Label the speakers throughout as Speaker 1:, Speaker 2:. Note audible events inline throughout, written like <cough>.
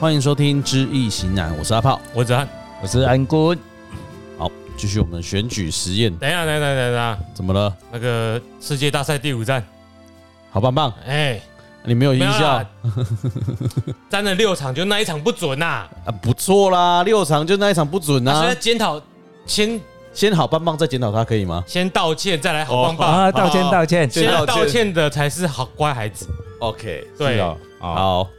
Speaker 1: 欢迎收听《知易行难》，我是阿炮。
Speaker 2: 我子涵，
Speaker 3: 我是安坤，
Speaker 1: 好，继续我们的选举实验，
Speaker 2: 等一下，等一下，等一下，
Speaker 1: 怎么了？
Speaker 2: 那个世界大赛第五站，
Speaker 1: 好棒棒，
Speaker 2: 哎、
Speaker 1: 你没有印
Speaker 2: 没有
Speaker 1: 象
Speaker 2: 啦，沾了六场，就那一场不准呐、
Speaker 1: 啊？不错啦，六场就那一场不准
Speaker 2: 啊。所以
Speaker 1: 啊
Speaker 2: 在。检讨，先
Speaker 1: 先好棒棒，再检讨他可以吗
Speaker 2: 先道歉，再来好棒棒。
Speaker 3: 啊，道歉
Speaker 1: 好
Speaker 3: 道歉，
Speaker 2: 先
Speaker 1: 道歉
Speaker 2: 道歉的才是好乖孩子。
Speaker 1: ？OK，
Speaker 2: 对，
Speaker 3: 是
Speaker 2: 啊
Speaker 3: 哦，好，
Speaker 1: 好，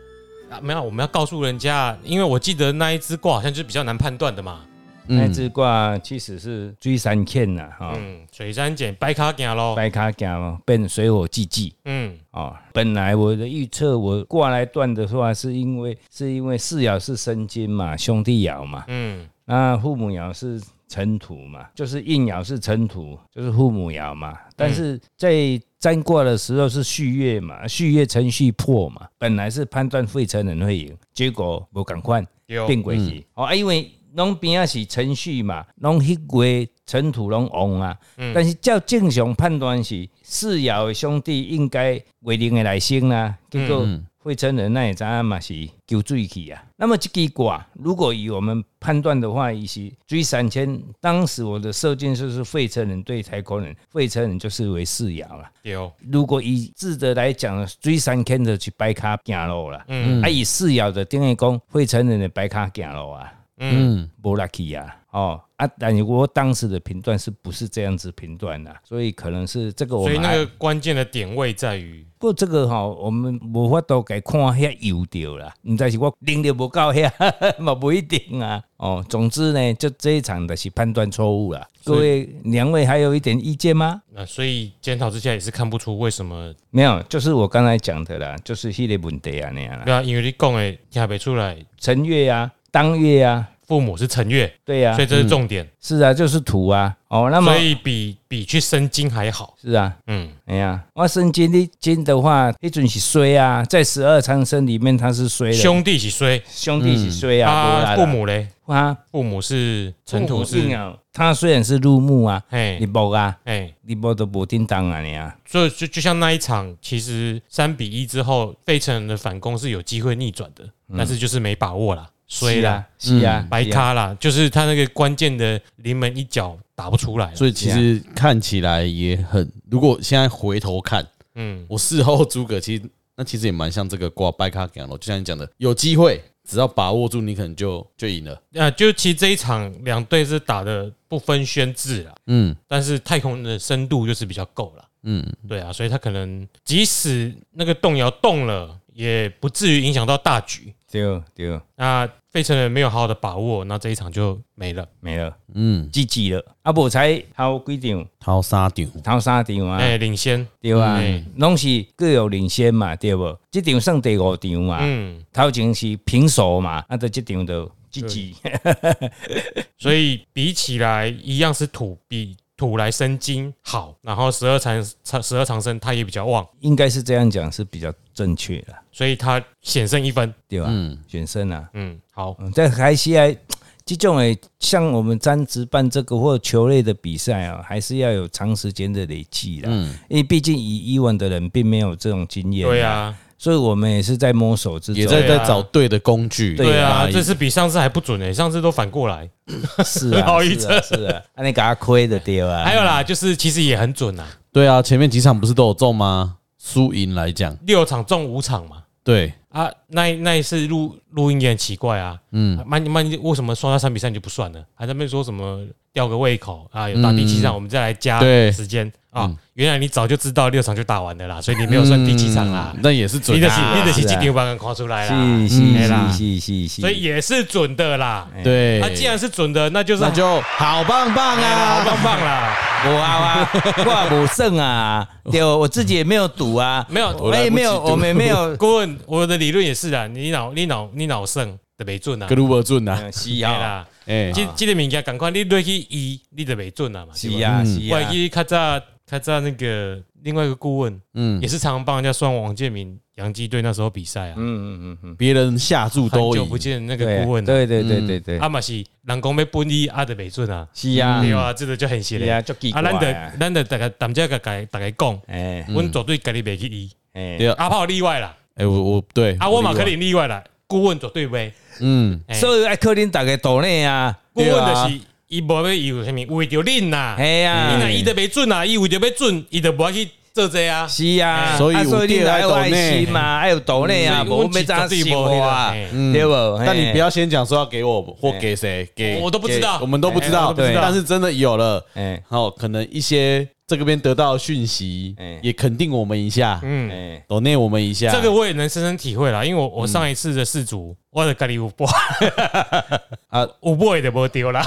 Speaker 2: 没有，我们要告诉人家，因为我记得那一只卦好像就是比较难判断的嘛。
Speaker 3: 那
Speaker 1: 嗯，
Speaker 3: 只卦其实是追三欠呐，哈，
Speaker 2: 嗯，水山简掰卡行喽。
Speaker 3: 啊白卡讲变水火既济
Speaker 2: 嗯，
Speaker 3: 哦。本来我的预测，我卦来断的话，是因为是因为四爻是申金嘛，兄弟爻嘛，
Speaker 2: 嗯，
Speaker 3: 那父母爻是尘土嘛，就是应爻是尘土，就是父母爻嘛。但是在占卦的时候是续月嘛，续月程序破嘛，本来是判断费城人会赢，结果无赶快。
Speaker 2: 有
Speaker 3: 变轨是哦，啊，因为拢边啊是程序嘛，拢迄个尘土拢旺啊，但是照正常判断是四爻的兄弟应该为零的来生啊，结
Speaker 1: 嗯
Speaker 3: 果会成人那也知影嘛是求水去啊。那么这个卦，如果以我们判断的话，伊是追三千，当时我的射箭就是费城人对台国人，费城人就是为四爻啦。
Speaker 2: 有，
Speaker 3: 如果以字的来讲，追三天的去白卡行路啦，
Speaker 2: 嗯
Speaker 3: 啊以四爻的定义讲，会成人的白卡行路啊，
Speaker 1: 嗯，
Speaker 3: 无 lucky 啊，哦啊，但是我当时的评断是不是这样子评断的、所以可能是这个我
Speaker 2: 所以
Speaker 3: 们
Speaker 2: 那
Speaker 3: 还
Speaker 2: 个关键的点位在于，
Speaker 3: 不过这个哈、我们无法度给看遐油掉啦，毋知是我能力无够遐， <laughs> 嘛不一定啊。哦，总之呢，就这一场的是判断错误啦。各位两位还有一点意见吗？
Speaker 2: 那、啊所以检讨之下也是看不出为什么
Speaker 3: 没有，就是我刚才讲的啦，就是迄个问题啊那样啦。
Speaker 2: 对啊，因为你讲的听不出来，
Speaker 3: 辰月啊，当月啊，
Speaker 2: 父母是辰月，
Speaker 3: 对呀、
Speaker 2: 所以这是重点，
Speaker 3: 是啊，就是土啊。哦，啊那么
Speaker 2: 所以比比去生金还好。
Speaker 3: 是啊，
Speaker 2: 嗯，
Speaker 3: 哎呀，我生金的金的话，一准是衰啊，在十二长生里面它是衰的，
Speaker 2: 兄弟是衰，
Speaker 3: 兄弟是衰
Speaker 2: 他
Speaker 3: 啊，
Speaker 2: 父母嘞，
Speaker 3: 啊，
Speaker 2: 父母是尘土
Speaker 3: 是
Speaker 2: 是，
Speaker 3: 啊，他虽然是入木啊，
Speaker 2: 哎
Speaker 3: 你木啊，
Speaker 2: 哎，
Speaker 3: 你木都无叮当啊你啊，
Speaker 2: 所以就就像那一场，其实三比一之后，费城人的反攻是有机会逆转的，但是就是没把握啦，衰
Speaker 3: 嗯是
Speaker 2: 啦嗯
Speaker 3: 啊，，是啊，
Speaker 2: 白
Speaker 3: 是啊，
Speaker 2: 咖啦，就是他那个关键的临门一脚打不出来啦，
Speaker 1: 所以其实看起来也很，如果现在回头看，
Speaker 2: 嗯，
Speaker 1: 我事后诸葛，其实那其实也蛮像这个挂掰卡讲了，就像你讲的，有机会，只要把握住，你可能就就赢了。
Speaker 2: 啊，就其实这一场两队是打的不分轩制啦，
Speaker 1: 嗯
Speaker 2: 但是太空的深度就是比较够了。
Speaker 1: 嗯，
Speaker 2: 对啊，所以他可能即使那个动摇动了，也不至于影响到大局。
Speaker 3: 对对，
Speaker 2: 那费城人没有好好的把握，那这一场就没了。
Speaker 3: 没了，
Speaker 1: 嗯，
Speaker 3: 积极了，啊，无才头几场，
Speaker 1: 淘沙丢，
Speaker 3: 头三场啊
Speaker 2: 哎、，领先，
Speaker 3: 对啊
Speaker 2: 嗯，
Speaker 3: 拢是各有领先嘛，对不？这场算第五场
Speaker 1: 啊
Speaker 3: 嘛，
Speaker 2: 嗯，
Speaker 3: 头前是平手嘛，啊，到这场就积极，
Speaker 2: 所以比起来一样是土比土来生金好，然后十二长十二长生他也比较旺，
Speaker 3: <laughs> 应该是这样讲是比较正确的，
Speaker 2: 所以他险胜一分。
Speaker 3: 对吧？
Speaker 1: 嗯
Speaker 3: 选胜啊，
Speaker 2: 嗯，好，
Speaker 3: 嗯，在还是要这种诶，像我们专职办这个或球类的比赛啊，还是要有长时间的累积啦。
Speaker 1: 嗯，
Speaker 3: 因为毕竟以以往的人并没有这种经验，
Speaker 2: 对，啊，
Speaker 3: 所以我们也是在摸索之
Speaker 1: 也
Speaker 3: 中。啊
Speaker 1: 在在找对的工具。
Speaker 2: 对啊，
Speaker 1: 来
Speaker 2: 这次比上次还不准哎、上次都反过来。
Speaker 3: 是
Speaker 2: 不 <laughs> 好
Speaker 3: 啊，
Speaker 2: 意
Speaker 3: 是
Speaker 2: 思哎
Speaker 3: 啊，是啊，啊，你给他亏的对啊。
Speaker 2: 还有啦，就是其实也很准啊，
Speaker 1: 对啊，前面几场不是都有中吗？输赢来讲，
Speaker 2: 六场中五场嘛。
Speaker 1: 对，
Speaker 2: 啊，那一那一次录录音也很奇怪啊，嗯，曼曼为什么双杀三比三你就不算了，还在那边说什么吊个胃口啊？有打第七场，我们再来加
Speaker 1: 对
Speaker 2: 时间啊。原来你早就知道六场就打完的啦，所以你没有算第七场啦
Speaker 1: 嗯。那也是准
Speaker 2: 你的是
Speaker 1: 啊，
Speaker 2: 你的是
Speaker 3: 是啊
Speaker 2: 几点把人夸出来啦
Speaker 3: 是，是
Speaker 2: 嘿啦
Speaker 3: 是是是是，
Speaker 2: 哎所以也是准的啦。
Speaker 1: 对，
Speaker 2: 那啊既然是准的，那就是
Speaker 1: 哎那就好棒棒
Speaker 2: 好
Speaker 1: 啊！
Speaker 2: 棒棒啦。
Speaker 3: 我啊，我我胜啊，对，我自己也没有赌啊，
Speaker 2: 没有
Speaker 3: 我也没有，我们也没有
Speaker 2: <laughs> 顾问，我的理论也是啊，你脑你脑你脑胜的没准啊
Speaker 1: 格，鲁伯准啊，
Speaker 3: 是
Speaker 2: 对
Speaker 3: 啊，
Speaker 2: 啦。
Speaker 1: 哎，
Speaker 2: 即即个物件赶快你落去医，你就袂准啊嘛。
Speaker 3: 是
Speaker 2: 对吧，
Speaker 3: 啊，
Speaker 1: 嗯
Speaker 3: 是
Speaker 2: 我
Speaker 3: 啊
Speaker 2: 还，记得较早较早那个另外一个顾问，
Speaker 1: 嗯，
Speaker 2: 也是常常帮人家算王建民洋基队那时候比赛啊，
Speaker 3: 嗯嗯嗯嗯，
Speaker 1: 别人下注
Speaker 2: 很
Speaker 1: 都
Speaker 2: 久不
Speaker 1: 赢，
Speaker 2: 见那个
Speaker 3: 对
Speaker 2: 顾问啊，
Speaker 3: 对对对对对，
Speaker 2: 阿嘛是人讲要本伊阿的袂准啊，
Speaker 3: 是啊，
Speaker 2: 对啊，这个就很邪
Speaker 3: 是啊，
Speaker 2: 咧。
Speaker 3: 足奇
Speaker 2: 啊，
Speaker 3: 怪
Speaker 2: 咱
Speaker 3: 啊
Speaker 2: 得，咱得大家大家个家大家讲，
Speaker 3: 哎
Speaker 2: 阮绝对家己袂去医，
Speaker 3: 哎
Speaker 1: 对，啊，
Speaker 2: 阿炮例外啦，啊
Speaker 1: 哎，我我对
Speaker 2: 啊，我嘛可能例外啦，顾问绝对袂，
Speaker 1: 嗯，
Speaker 2: 哎
Speaker 3: 所以爱靠恁大家岛内啊，
Speaker 2: 顾问
Speaker 3: 对啊
Speaker 2: 就是伊无要伊有啥物，为着恁呐，
Speaker 3: 嘿啊
Speaker 2: 你若伊都袂准啊，伊为着要准，伊就无爱去做这啊。
Speaker 3: 是啊，
Speaker 1: 所以
Speaker 3: 啊
Speaker 1: 有
Speaker 3: 所以你
Speaker 1: 店
Speaker 3: 要
Speaker 1: 爱
Speaker 3: 有
Speaker 1: 岛
Speaker 3: 爱
Speaker 1: 内
Speaker 3: 心嘛，还有岛内啊，
Speaker 2: 嗯所以我
Speaker 3: 无没
Speaker 2: 们
Speaker 3: 咋
Speaker 2: 绝
Speaker 3: 生
Speaker 2: 对无
Speaker 3: 活啊
Speaker 2: 那个，
Speaker 1: 嗯
Speaker 3: 对不？
Speaker 1: 但你
Speaker 3: 嘿
Speaker 1: 不要先讲说要给我或给谁，给
Speaker 2: 哎我都不知道
Speaker 1: 给我们都不知
Speaker 2: 哎
Speaker 1: 道，
Speaker 2: 我都不知
Speaker 1: 对。
Speaker 2: 道
Speaker 1: 但是真的有了，
Speaker 3: 哎
Speaker 1: 好，可能一些这个边得到的讯息
Speaker 3: 哎，
Speaker 1: 也肯定我们一下，
Speaker 2: 嗯，
Speaker 3: 哎，
Speaker 1: 抖内我们一下，
Speaker 2: 这个我也能深深体会啦，因为我我上一次的事
Speaker 3: 嗯
Speaker 2: 主，我的咖喱五
Speaker 3: <laughs>
Speaker 2: 波
Speaker 1: 啊
Speaker 2: 啊，五波也得无丢啦，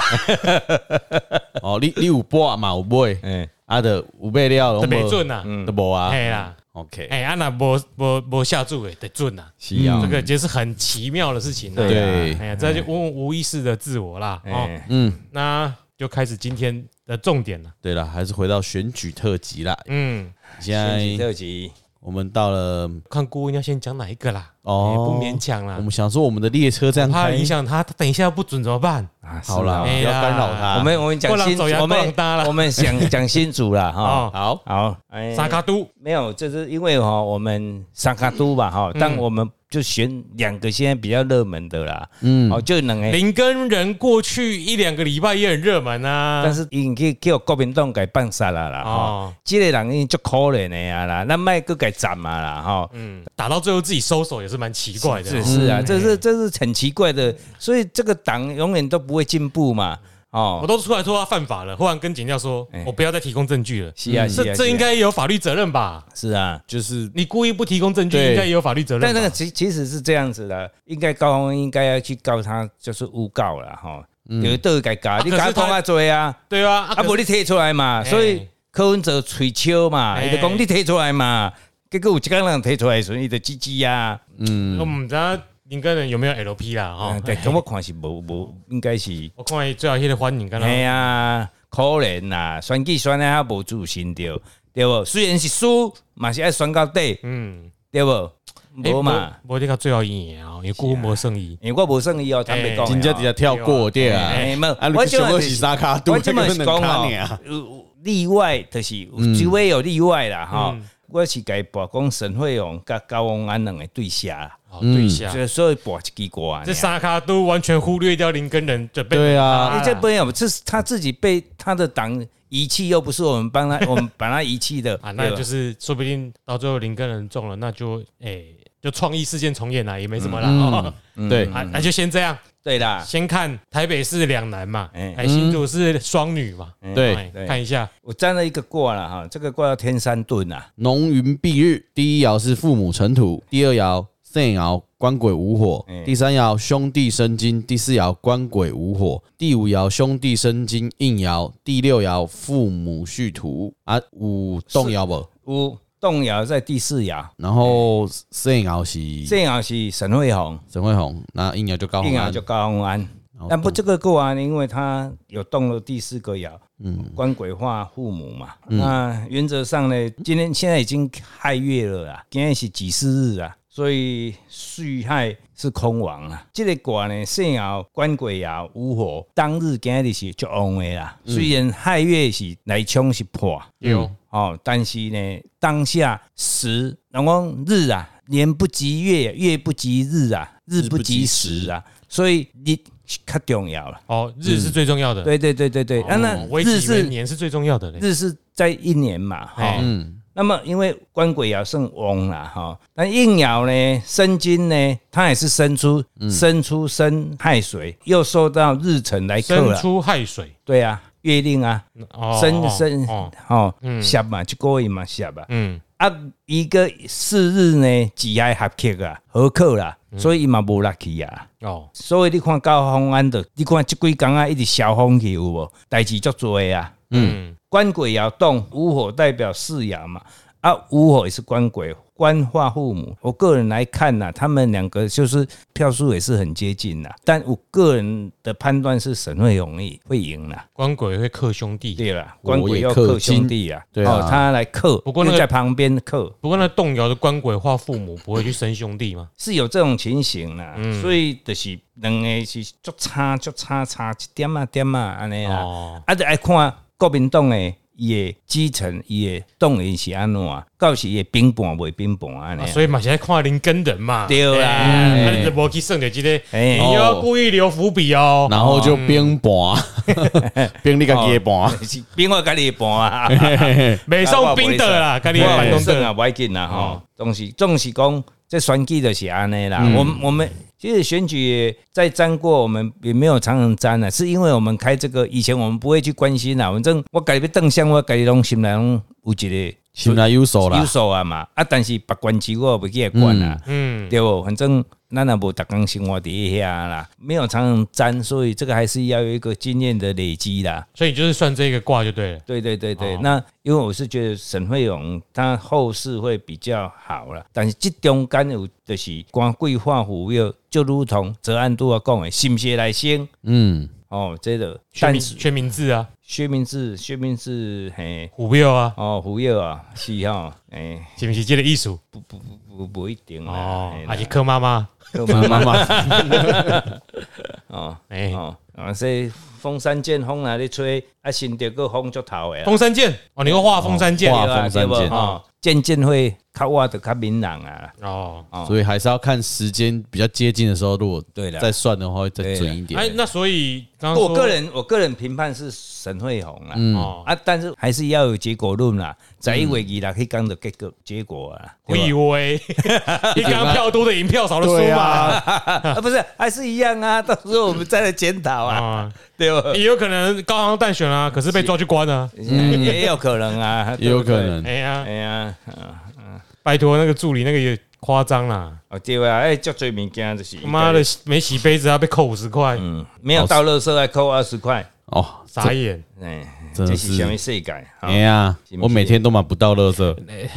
Speaker 1: 哦，你你有播嘛有买，
Speaker 3: 哎
Speaker 1: 啊的有备料
Speaker 2: 都
Speaker 1: 拢
Speaker 2: 袂嗯准
Speaker 3: 嗯
Speaker 2: 啦，
Speaker 1: 都无啊
Speaker 2: 嘿啦，
Speaker 1: ，OK，
Speaker 2: 哎，啊若无无无下注诶，得准啦。
Speaker 3: 是啊
Speaker 1: 嗯
Speaker 2: 这个就是很奇妙的事情啦。
Speaker 3: 对
Speaker 1: 啊
Speaker 2: 哎呀，这就无无意识的自我啦。哦，
Speaker 3: 哎
Speaker 1: 嗯，
Speaker 2: 那就开始今天的重点了。
Speaker 1: 对了，还是回到选举特辑啦，
Speaker 2: 嗯，
Speaker 1: 现
Speaker 3: 选举
Speaker 1: 在
Speaker 3: 特辑，
Speaker 1: 我们到了
Speaker 2: 看顾问要先讲哪一个啦？
Speaker 1: 哦
Speaker 2: 哎不勉强
Speaker 3: 啊
Speaker 2: 啦
Speaker 1: 我们想说我们的列车这样
Speaker 2: 怕
Speaker 1: 开
Speaker 2: 影，响他，他等一下不准怎么办？
Speaker 3: 啊
Speaker 1: 好啦，
Speaker 3: 是
Speaker 1: 不
Speaker 2: 哎
Speaker 1: 要
Speaker 2: 呀
Speaker 1: 干扰他，
Speaker 3: 我们我们讲
Speaker 2: 过狼
Speaker 3: 新，
Speaker 2: 走呀
Speaker 3: 我
Speaker 2: 过狼
Speaker 3: 们
Speaker 2: 搭啦
Speaker 3: 我们想讲新主啦哈。
Speaker 2: 哦
Speaker 1: 好，
Speaker 3: 好，哎
Speaker 2: 沙卡都，
Speaker 3: 没有，这是因为哈，我们三卡都吧哈，
Speaker 2: 嗯
Speaker 3: 但我们就选两个现在比较热门的啦，
Speaker 1: 嗯，
Speaker 3: 哦，就两个，
Speaker 2: 林根人过去一两个礼拜也很热门啊。
Speaker 3: 但是已经叫国民党给放杀啦啦，哦，
Speaker 2: 哦，
Speaker 3: 这个人已经足可怜的啊啦，咱卖个给斩嘛啦哈，
Speaker 2: 嗯，打到最后自己收手也是蛮奇怪的
Speaker 3: 是
Speaker 2: 哦。
Speaker 3: 是啊，
Speaker 2: 嗯
Speaker 3: 这是这是很奇怪的，所以这个党永远都不会进步嘛，
Speaker 2: 我
Speaker 3: 哦，
Speaker 2: 都出来说他犯法了，忽然跟警教说
Speaker 3: 哎，
Speaker 2: 我不要再提供证据了。
Speaker 3: 是啊，是
Speaker 2: 嗯这
Speaker 3: 啊，
Speaker 2: 这
Speaker 3: 是啊
Speaker 2: 应该有法律责任吧？
Speaker 3: 是啊。
Speaker 1: 就是
Speaker 2: 你故意不提供证据，
Speaker 1: 对
Speaker 2: 应该也有法律责任吧。
Speaker 3: 但那个其其实是这样子的，应该高峰应该要去告他，就是诬告了哈。有都该告，你
Speaker 2: 嗯可是
Speaker 3: 敢
Speaker 2: 他
Speaker 3: 讲啊罪啊，
Speaker 2: 对啊，啊
Speaker 3: 啊无你提出来嘛，
Speaker 2: 嘿
Speaker 3: 所以柯文哲吹笑嘛，
Speaker 2: 嘿
Speaker 3: 伊就讲你提出来嘛，结果有一个人提出来的时候，伊就唧唧啊。
Speaker 2: 我唔知道林根人有没有 LP 啦，
Speaker 3: 哦
Speaker 2: 吼，，
Speaker 3: 对，咁我看是无无，应该是，
Speaker 2: 我看伊最后迄个反应敢若
Speaker 3: 哎呀，可怜啦，选举选啊无自信着，对无？虽然是输，嘛是爱选到底，
Speaker 2: 嗯，
Speaker 3: 对无？
Speaker 2: 哎
Speaker 3: 无嘛，，
Speaker 2: 无无你到最后一年哦，因为顾
Speaker 3: 啊
Speaker 2: 问无胜利，
Speaker 3: 因为我无算伊哦，坦白讲的哦，
Speaker 1: 人家底下跳过对啊，
Speaker 3: 哎，没有
Speaker 1: 啊，，
Speaker 3: 我
Speaker 1: 我
Speaker 3: 就
Speaker 1: 想
Speaker 3: 是
Speaker 1: 要是沙卡杜，
Speaker 3: 我即嘛是讲
Speaker 1: 卡
Speaker 3: 吼
Speaker 1: 你啊，，
Speaker 3: 哦有有例外就是有只会有例外
Speaker 2: 嗯
Speaker 3: 啦吼。我是该博讲沈惠荣甲高王安两个对下啦，
Speaker 2: 哦，对一下，
Speaker 3: 所以所以博一支歌啊。
Speaker 2: 这沙卡都完全忽略掉林根人准备，
Speaker 1: 对啊
Speaker 3: 你这不有，这是他自己被他的党遗弃，又不是我
Speaker 2: <laughs>
Speaker 3: 们帮他，我们把他遗弃的
Speaker 2: 啊，那
Speaker 3: 对吧
Speaker 2: 就是说不定到最后林根人中了，那就哎，就创意事件重演啦，啊也没什么啦，
Speaker 3: 嗯
Speaker 2: 哦
Speaker 1: 对，
Speaker 2: 啊，那就先这样，
Speaker 3: 对啦。
Speaker 2: 先看台北市两男嘛，
Speaker 3: 哎
Speaker 2: 哎，新竹是双女嘛，
Speaker 1: 对
Speaker 2: 哎
Speaker 3: 嗯对
Speaker 2: 看一下，
Speaker 3: 我占了一个卦了哈，这个卦叫天山遁啊，
Speaker 1: 浓云蔽日，第一爻是父母尘土，第二爻圣爻官鬼无火，
Speaker 3: 哎
Speaker 1: 第三爻兄弟生金，第四爻官鬼无火，第五爻兄弟生金应爻，第六爻父母戌土啊，五动爻不？
Speaker 3: 有动摇在第四爻，
Speaker 1: 然后圣爻
Speaker 2: 嗯
Speaker 1: 是
Speaker 3: 这爻是沈惠荣，
Speaker 1: 沈惠宏，那应爻就高
Speaker 3: 硬
Speaker 1: 宏
Speaker 3: 爻
Speaker 1: 安哦
Speaker 3: 就，高宏安。
Speaker 1: 然后
Speaker 3: 但不这个卦啊，因为它有动了第四个爻，嗯，官鬼化父母嘛。
Speaker 1: 嗯
Speaker 3: 那原则上呢，今天现在已经亥月了啦，今天是己巳日啊，所以戌亥是空亡啊。这个卦呢，肾爻、官鬼爻、无火，当日今日是就旺的啦。
Speaker 1: 嗯
Speaker 3: 虽然亥月是来冲是破，
Speaker 2: 有
Speaker 3: 哦，但是呢，当下时，人讲日啊，年不及月，月不及日啊，日不及时啊，所以日较重要了。
Speaker 2: 哦，日是最重要的，
Speaker 3: 对对对对对，啊、
Speaker 2: 哦
Speaker 3: 那
Speaker 2: 为
Speaker 3: 日
Speaker 2: 己为
Speaker 3: 是
Speaker 2: 年是最重要的嘞，
Speaker 3: 日是在一年嘛，哈、
Speaker 2: 哎
Speaker 1: 嗯
Speaker 3: 那么因为官鬼爻胜翁啦，哈、那应爻呢，生金呢，它也是生出生出生亥水，又受到日辰来克
Speaker 2: 生
Speaker 3: 了，
Speaker 2: 出亥水，
Speaker 3: 对啊，月令啊，
Speaker 2: 哦
Speaker 3: 生
Speaker 2: 哦
Speaker 3: 生
Speaker 2: 哦
Speaker 3: 哦，下嘛，就过一嘛下吧。
Speaker 2: 嗯，
Speaker 3: 啊，伊个四日呢，只爱合克啊，合克啦，
Speaker 2: 嗯
Speaker 3: 所以伊嘛无力去啊。
Speaker 2: 哦，
Speaker 3: 所以你看高峰安的，你看即几工啊，一直消风去有无？代志足多的啊。
Speaker 2: 嗯，
Speaker 3: 官鬼爻动，无火代表四爻嘛，啊，无火也是官鬼，官化父母。我个人来看呐、他们两个就是票数也是很接近啦，但我个人的判断是沈惠容易会赢啦。
Speaker 2: 官鬼会克兄弟。
Speaker 3: 对啦，
Speaker 1: 我也
Speaker 3: 官鬼要
Speaker 1: 克
Speaker 3: 克
Speaker 1: 金
Speaker 3: 兄弟啊，
Speaker 1: 对啊
Speaker 3: 哦，他来克，
Speaker 2: 不过那
Speaker 3: 因为
Speaker 2: 个
Speaker 3: 在旁边克。
Speaker 2: 不过那动摇的官鬼化父母不会去生兄弟吗？
Speaker 3: 是有这种情形啦，
Speaker 2: 嗯
Speaker 3: 所以就是两个是足差足差差一点啊点啊安尼啊，
Speaker 2: 哦，
Speaker 3: 啊就爱看国民党诶，伊的基层伊的动员是安怎样，到时伊冰盘袂冰盘安尼
Speaker 2: 啊
Speaker 3: 啊。
Speaker 2: 所以嘛，现在看林根人嘛，
Speaker 3: 对啦
Speaker 2: 哎啊，
Speaker 3: 嗯
Speaker 2: 你就无去算着这个，
Speaker 3: 哎
Speaker 2: 你
Speaker 3: <laughs>
Speaker 2: 又要故意留伏笔哦。
Speaker 1: 嗯然后就边
Speaker 3: 哦
Speaker 1: 盘，边你个己的盘，
Speaker 3: 是冰我家己的
Speaker 2: <laughs>
Speaker 3: 盘啊，
Speaker 2: 美哎送冰的啦，跟你办公
Speaker 3: 东正
Speaker 2: 的
Speaker 3: 啊，不要紧啦
Speaker 2: 哦嗯
Speaker 3: 吼，总是总是讲这选举就是安尼啦。我们我们其实选举在沾过，我们也没有常常沾啊，是因为我们开这个以前我们不会去关心啊啦，反正我家己要邓向，我家己拢心内拢有一个。
Speaker 1: 心内有数
Speaker 3: 有
Speaker 1: 啦，
Speaker 3: 数啊嘛，啊，但是别关机我袂记来管啊，
Speaker 2: 嗯，
Speaker 3: 对不？反正咱也无逐工生活伫遐啦，没有常常沾，所以这个还是要有一个经验的累积啦。
Speaker 2: 所以你就是算这个卦就对了。
Speaker 3: 对对对对，
Speaker 2: 哦
Speaker 3: 那因为我是觉得沈惠勇他后世会比较好了，但是这中间有就是官贵化虎又就如同泽安都啊讲的，心血来先
Speaker 1: 嗯，
Speaker 3: 哦，这个
Speaker 2: 全
Speaker 3: 但
Speaker 2: 名
Speaker 3: 是
Speaker 2: 全名字啊，
Speaker 3: 薛明志薛明志嘿
Speaker 2: 虎标啊，
Speaker 3: 哦胡友啊是哦哎
Speaker 2: 是不是这个艺术？
Speaker 3: 不不不不不一定啦
Speaker 2: 哦
Speaker 3: 哎嘿，啦
Speaker 2: 还是柯妈妈，
Speaker 3: 柯
Speaker 1: 妈
Speaker 3: 妈
Speaker 1: 妈
Speaker 3: 妈
Speaker 1: 妈，
Speaker 3: <laughs> 哦
Speaker 2: 哎，
Speaker 3: 哦啊说风山剑风啊咧吹啊新着个风足头的啦啊
Speaker 2: 风山剑哦，你又画风山剑
Speaker 1: 哦
Speaker 3: 对啊
Speaker 1: 风山
Speaker 3: 对不
Speaker 1: 剑
Speaker 3: 哦渐渐会较我就较敏感啊。
Speaker 2: 哦。
Speaker 1: 所以还是要看时间比较接近的时候，如果
Speaker 3: 对啦
Speaker 1: 再算的话，会再准一点
Speaker 2: 哎，。那所以
Speaker 1: 嗯
Speaker 2: 刚刚
Speaker 3: 我
Speaker 2: 说
Speaker 3: 个人我个人评判是沈惠宏啦，
Speaker 2: 哦，
Speaker 3: 啊，但是还是要有结果论啦，在一为二啦，可以讲的结果结果啊，
Speaker 1: 嗯
Speaker 2: 我
Speaker 1: 哎
Speaker 2: 以
Speaker 3: <laughs>
Speaker 2: 为你刚刚票多的赢票少的输
Speaker 1: 对
Speaker 2: 嘛，
Speaker 1: 啊，
Speaker 3: 啊，不是还是一样啊， <laughs> 到时候我们再来检讨
Speaker 1: 嗯
Speaker 3: 啊，
Speaker 2: 啊，
Speaker 3: 对吧？
Speaker 2: 也有可能高昂当选啊，可是被抓去关啊。
Speaker 3: <laughs> 也有可
Speaker 1: <laughs>
Speaker 3: 能啊，
Speaker 1: 也有可能。
Speaker 2: 哎呀
Speaker 3: 对不对，哎，呀，啊
Speaker 2: 拜托那个助理那个也夸张啦，
Speaker 3: 哦对啊，哎，足多物件就是，
Speaker 2: 妈的，没洗杯子还被扣五十块，
Speaker 3: 嗯，没有到垃圾还扣二十块，
Speaker 1: 哦，
Speaker 2: 傻眼。
Speaker 3: 哎，
Speaker 1: 真的
Speaker 3: 这
Speaker 1: 是
Speaker 3: 是什么世界？啊
Speaker 1: 哎呀
Speaker 3: 是，不是
Speaker 1: 我每天都买不到乐色，
Speaker 3: 哎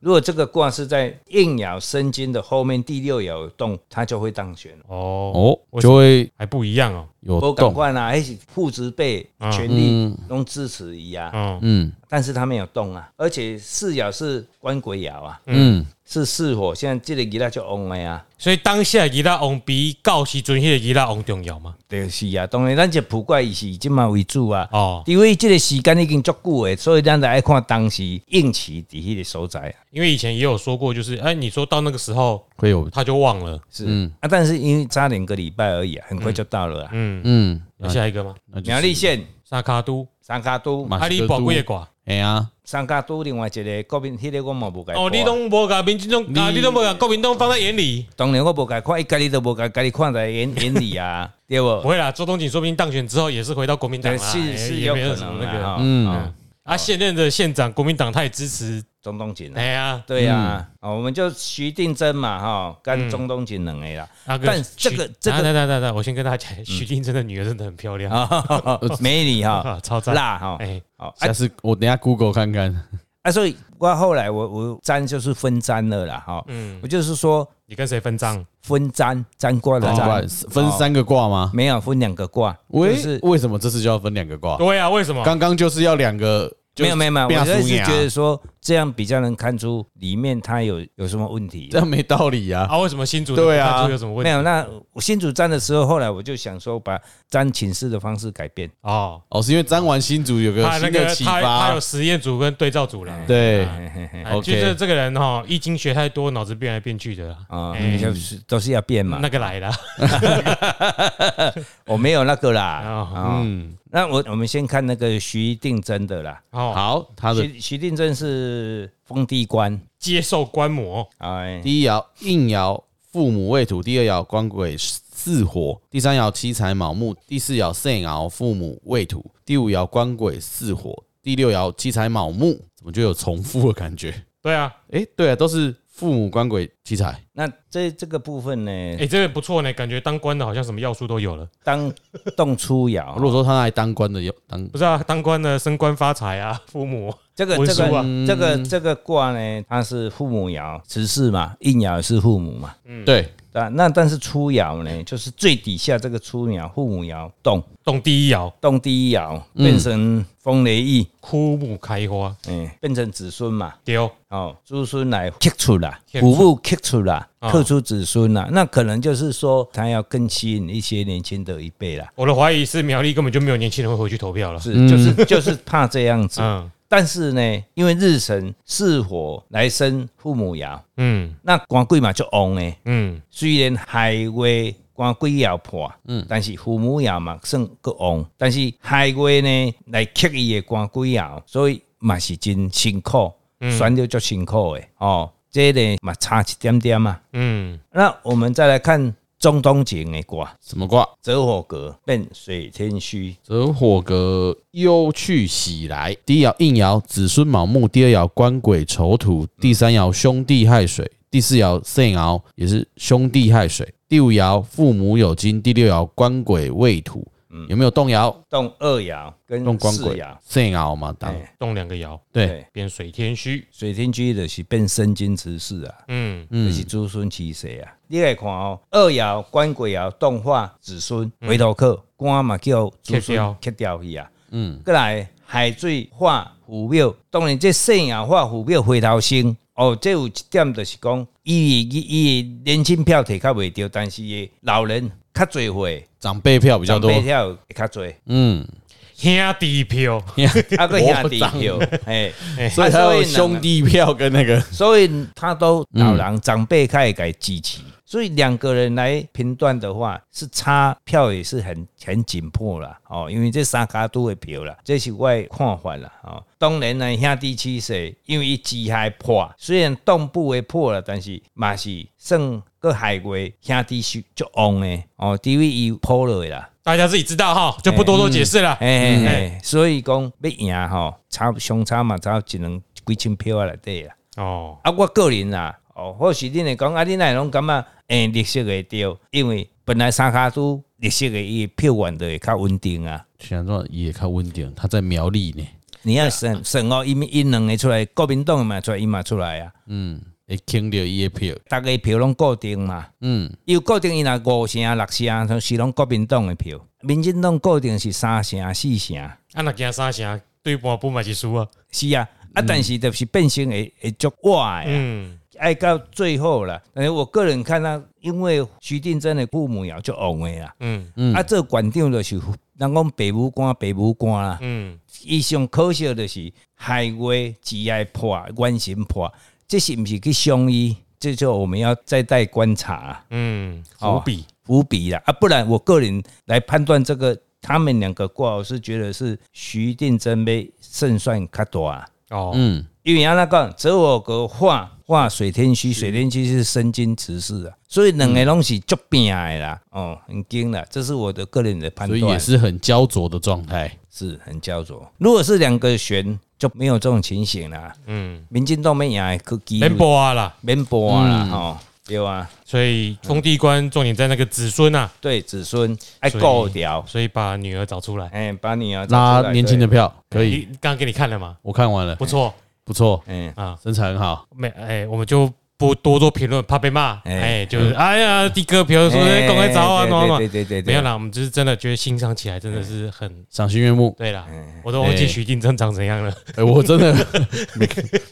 Speaker 3: 如果这个卦是在应爻生金的后面第六爻有动，它就会当选。
Speaker 2: 哦，
Speaker 1: 哦，
Speaker 2: 为什么
Speaker 1: 就会
Speaker 2: 还不一样哦。
Speaker 1: 有
Speaker 3: 我赶
Speaker 1: 动。
Speaker 3: 快啦，还是父职辈
Speaker 2: 嗯
Speaker 3: 权力拢支持伊啊，
Speaker 2: 嗯，
Speaker 1: 嗯
Speaker 3: 但是他没有动啊，而且四爻是官鬼爻啊，
Speaker 1: 嗯，
Speaker 3: 是巳火，现在这个伊拉就旺了呀，
Speaker 2: 所以当下伊拉王比到时阵迄个伊拉王重要嘛。
Speaker 3: 就是啊，当然咱就普怪伊是以即嘛为主啊。
Speaker 2: 哦，
Speaker 3: 因为这个时间已经足久诶，所以咱就爱看当时应期伫迄个所在啊，
Speaker 2: 因为以前也有说过，就是哎，你说到那个时候
Speaker 1: 会有
Speaker 2: 他就忘了。
Speaker 3: 是、啊，但是因为差两个礼拜而已、啊，很快就到了啊。
Speaker 2: 嗯，
Speaker 1: 嗯，
Speaker 2: 有下一个吗？
Speaker 1: 那就是
Speaker 3: 苗栗县
Speaker 2: 萨卡都，
Speaker 3: 三卡都，
Speaker 1: 马
Speaker 2: 啊，
Speaker 1: 斯
Speaker 2: 你
Speaker 1: 克
Speaker 2: 宝
Speaker 1: 都
Speaker 2: 贵的卦。
Speaker 1: 哎呀，
Speaker 3: 三卡都另外一个国民，迄、个我嘛无改。
Speaker 2: 哦，你拢无甲民进党，啊，你拢无甲国民党放在眼里。
Speaker 3: 当然我无甲看，伊家己都无甲家己看在眼眼
Speaker 2: <laughs>
Speaker 3: 里啊，对
Speaker 2: 不
Speaker 3: 无？
Speaker 2: 会啦，周东锦说不定当选之后也是回到国民党啦，
Speaker 3: 是
Speaker 2: 哎
Speaker 3: 是
Speaker 2: 也
Speaker 3: 有
Speaker 2: 没
Speaker 3: 可
Speaker 2: 什么
Speaker 3: 能啊
Speaker 2: 那个
Speaker 3: 的。
Speaker 1: 嗯
Speaker 3: 嗯，
Speaker 2: 啊，现任的县长国民党他也支持，
Speaker 3: 中东锦啊
Speaker 2: 哎，呀，
Speaker 3: 对呀，
Speaker 2: 嗯
Speaker 3: 啊，我们就徐定真嘛哈，跟中东锦两个
Speaker 2: <laughs>
Speaker 3: 啦。
Speaker 2: 那个
Speaker 3: 但
Speaker 2: 徐
Speaker 3: 这个这
Speaker 2: 等
Speaker 3: 个
Speaker 2: 等等等等，我先跟大家讲， <laughs> 徐定真的女儿真的很漂 <laughs> 亮，
Speaker 3: 啊， <laughs> 美女哈，
Speaker 2: 超哦 <laughs> 赞，
Speaker 3: 辣哈，
Speaker 2: 哎，
Speaker 3: 哦啊
Speaker 1: 下次我等一下 Google 看看。
Speaker 3: 啊，所以我后来我我粘就是分粘了啦哈，
Speaker 2: 嗯，
Speaker 3: 我就是说
Speaker 2: 你跟谁分赃？
Speaker 3: 分粘粘过了
Speaker 1: 难怪
Speaker 3: 粘，
Speaker 1: 分三个卦吗？
Speaker 3: 没有分两个卦，就
Speaker 1: 喂
Speaker 3: 是，
Speaker 1: 为什么这次就要分两个卦？
Speaker 2: 对啊，为什么？
Speaker 1: 刚刚就是要两个，就
Speaker 3: 没有没有没有，我
Speaker 1: 变
Speaker 3: 就是
Speaker 1: 输赢
Speaker 3: 觉
Speaker 1: 啊
Speaker 3: 得说这样比较能看出里面它有有什么问题
Speaker 1: 这。样没道理啊。
Speaker 2: 啊，为什么新竹的
Speaker 1: 对啊
Speaker 2: 看出有什么问
Speaker 3: 没
Speaker 2: 题？
Speaker 3: 有，那我新主占的时候，后来我就想说，把占寝室的方式改变。
Speaker 2: 哦，
Speaker 1: 哦，是因为沾完新组有个
Speaker 2: 他那
Speaker 1: 新
Speaker 2: 个
Speaker 1: 的启
Speaker 2: 他他
Speaker 1: 发
Speaker 2: 有，实验组跟对照组了。
Speaker 1: 对，
Speaker 3: 嘿嘿嘿
Speaker 2: 哎
Speaker 1: OK
Speaker 2: 就是这个人哈，易经学太多，脑子变来变去的啦。
Speaker 3: 啊，
Speaker 2: 哎
Speaker 3: 就是都是要变
Speaker 1: 啊
Speaker 3: 嘛
Speaker 2: 那。个来了，
Speaker 3: 我没有那个啦。
Speaker 2: 哦
Speaker 3: 啊，
Speaker 1: 嗯，
Speaker 3: 那我我们先看那个徐定真的啦。
Speaker 2: 哦，
Speaker 1: 好，他的
Speaker 3: 徐徐定真是封地官，
Speaker 2: 接受观摩，
Speaker 3: 哎，
Speaker 1: 第一爻应爻父母未土，第二爻官鬼巳火，第三爻七财卯木，第四爻肾爻父母未土，第五爻官鬼巳火，第六爻七财卯木，怎么就有重复的感觉？ <laughs>
Speaker 2: 对啊，
Speaker 1: 诶，对啊，都是父母官鬼七财，
Speaker 3: 那这这个部
Speaker 1: 嗯
Speaker 3: 分呢，
Speaker 2: 哎，这个不错呢，感觉当官的好像什么要素都有了。
Speaker 3: 当动
Speaker 1: <laughs>
Speaker 3: 初
Speaker 1: 如果
Speaker 3: 爻，
Speaker 1: 说他来当官的，有当
Speaker 2: 不是啊，当官的升官发财啊，父母
Speaker 3: 这个
Speaker 2: 文
Speaker 3: 这
Speaker 2: 书
Speaker 3: 个
Speaker 2: 啊
Speaker 3: 这
Speaker 1: 嗯
Speaker 3: 个这个卦呢，它是父母爻，子嗣嘛，应爻是父母嘛，
Speaker 1: 对，
Speaker 3: 对吧？那但是初爻呢，就是最底下这个初爻，父母爻动
Speaker 2: 动第一爻，
Speaker 3: 动第一爻
Speaker 2: 嗯
Speaker 3: 变成风雷翼，
Speaker 2: 枯木开花，
Speaker 3: 哎，变成子孙嘛，
Speaker 2: 丢
Speaker 3: 哦，子孙来克出啦，
Speaker 2: 克出
Speaker 3: 五步克出啦，
Speaker 2: 哦
Speaker 3: 克出子孙啦，那可能就是说他要更吸引一些年轻的一辈啦，
Speaker 2: 我的怀疑是苗栗根本就没有年轻人会回去投票了。
Speaker 3: 是就是就是怕这样子，
Speaker 2: 嗯，
Speaker 3: 但是呢，因为日神是火来生父母爻，
Speaker 2: 嗯
Speaker 3: 那官鬼嘛就旺诶。
Speaker 2: 嗯
Speaker 3: 虽然海龟官鬼爻破，嗯，但是父母爻嘛算个旺，但是海龟呢来克伊的官鬼爻，所以嘛是真辛苦，
Speaker 1: 嗯
Speaker 3: 选了足辛苦诶。哦，这个嘛差一点点嘛。
Speaker 2: 嗯，
Speaker 3: 那我们再来看中东情的卦，
Speaker 1: 什么卦？
Speaker 3: 泽火格变水天虚，
Speaker 1: 则火格忧去喜来。第一爻应爻子孙卯木，第二爻官鬼丑土，第三爻兄弟亥水，第四爻肾爻也是兄弟亥水，第五爻父母有金，第六爻官鬼未土。
Speaker 3: 嗯
Speaker 1: 有没有动摇？
Speaker 3: 动二爻跟
Speaker 1: 动官
Speaker 3: 四
Speaker 1: 鬼
Speaker 3: 爻，
Speaker 1: 肾爻嘛，当
Speaker 3: 嗯啊哎
Speaker 2: 动两个爻
Speaker 1: 对，
Speaker 3: 对，
Speaker 2: 变水天虚，
Speaker 3: 水天虚就是变身经之事啊。
Speaker 2: 嗯
Speaker 3: 就是子孙七世啊。你来看哦，二爻、官鬼爻、动化、子孙、回头客，官嘛叫子
Speaker 2: 切
Speaker 3: 孙
Speaker 2: 掉
Speaker 3: 切掉去啊。
Speaker 1: 嗯，
Speaker 3: 过来海水化虎庙，当然这肾爻化虎庙回头生。哦，这有一点就是讲，伊的伊伊的年轻票摕较袂着，但是伊的老人较侪岁，
Speaker 1: 长辈票比较
Speaker 3: 长
Speaker 1: 多
Speaker 3: 辈。票会较侪，
Speaker 1: 嗯，
Speaker 2: 兄弟票，
Speaker 3: 啊个兄弟
Speaker 1: 我
Speaker 3: 票，
Speaker 1: <laughs>
Speaker 3: 哎，啊
Speaker 1: 所以他有
Speaker 3: 呢
Speaker 1: 兄弟票跟那 <laughs> 个
Speaker 3: 所以他都老人长辈开始给支持，所以两个人来评断的话，是差票也是很很紧迫啦。哦，因为这三卡都会票啦，这是我的看法啦。哦，当然呢，兄弟七世因为机害破，虽然动部会破了，但是嘛是算个海外兄弟是就旺的哦，因为伊破了的啦。
Speaker 2: 大家自己知道哈，就不多做解释了。
Speaker 3: 哎、嘿所以讲要赢吼，差相差嘛，差一两几千票啊内底啦。
Speaker 2: 哦，
Speaker 3: 啊，我个人啦、哦，或许恁会讲啊，恁会拢感觉，诶、绿色的对，因为本来三卡都绿色的伊的票源就会较稳定啊。
Speaker 1: 想说也较稳定，他在苗栗呢。
Speaker 3: 你要省省哦，因因两个出来，国民党的嘛出来，伊嘛出来啊，
Speaker 1: 嗯，会坑到伊的票。
Speaker 3: 逐个票拢固定嘛，
Speaker 1: 嗯，
Speaker 3: 有固定伊若五成、六成，是拢国民党的票，民进党固定是三成、四成。
Speaker 2: 啊那惊三声，对半不买是输啊。
Speaker 3: 是啊，啊，但是就是变成会会足歪的啊。
Speaker 2: 嗯
Speaker 3: 爱到最后了，但是我个人看他，因为徐定真的父母也就红的啦，
Speaker 2: 嗯
Speaker 3: 啊，这馆长就是人讲北母官，北母官啦。
Speaker 2: 嗯
Speaker 3: 伊上可惜的就是海外只爱破，原型破，这是毋是去伤伊？这就我们要再待观察啊
Speaker 2: 嗯，
Speaker 3: 哦
Speaker 2: 伏笔
Speaker 3: 伏笔啦啊！不然我个人来判断这个他们两个卦，我是觉得是徐定真被胜算较大啊。
Speaker 2: 哦，
Speaker 1: 嗯，
Speaker 3: 因为安那讲，择我格化化水天虚，水天虚是身经直视啊，所以两个拢是足拼的啦，哦，很惊啦，这是我的个人的判
Speaker 1: 所以
Speaker 3: 断，
Speaker 1: 也是很焦灼的状态。
Speaker 3: 是很焦灼。如果是两个悬，就没有这种情形啦。
Speaker 2: 嗯，
Speaker 3: 民进党没赢的去机
Speaker 2: 连
Speaker 3: 会
Speaker 2: 播啊啦，
Speaker 3: 免播啊啦，哦，对啊，
Speaker 2: 所以兄弟关重点在那个子孙啊，
Speaker 3: 对子孙爱
Speaker 2: 所以
Speaker 3: 够掉，
Speaker 2: 所以把女儿找出来。
Speaker 3: 哎，把你啊
Speaker 1: 拉年轻的，票可以，
Speaker 2: 你刚刚给你看了嘛，
Speaker 1: 我看完了，
Speaker 2: 哎不错
Speaker 1: 不错，
Speaker 3: 嗯，
Speaker 2: 啊，
Speaker 1: 身材很好。
Speaker 2: 没哎，我们就不多做评论，怕被骂。
Speaker 3: 哎
Speaker 2: 哎，就是哎呀，的哥，比如说
Speaker 3: 哎
Speaker 2: 公开找啊，
Speaker 3: 对
Speaker 2: 懂吗
Speaker 3: 哎对？对对对，哎
Speaker 2: 没有啦，我们就是真的觉得欣赏起来真的是很
Speaker 1: 赏心悦目，
Speaker 2: 对啦，我都忘记徐静真长怎样了。
Speaker 1: 哎，我真
Speaker 2: <laughs>
Speaker 1: 的没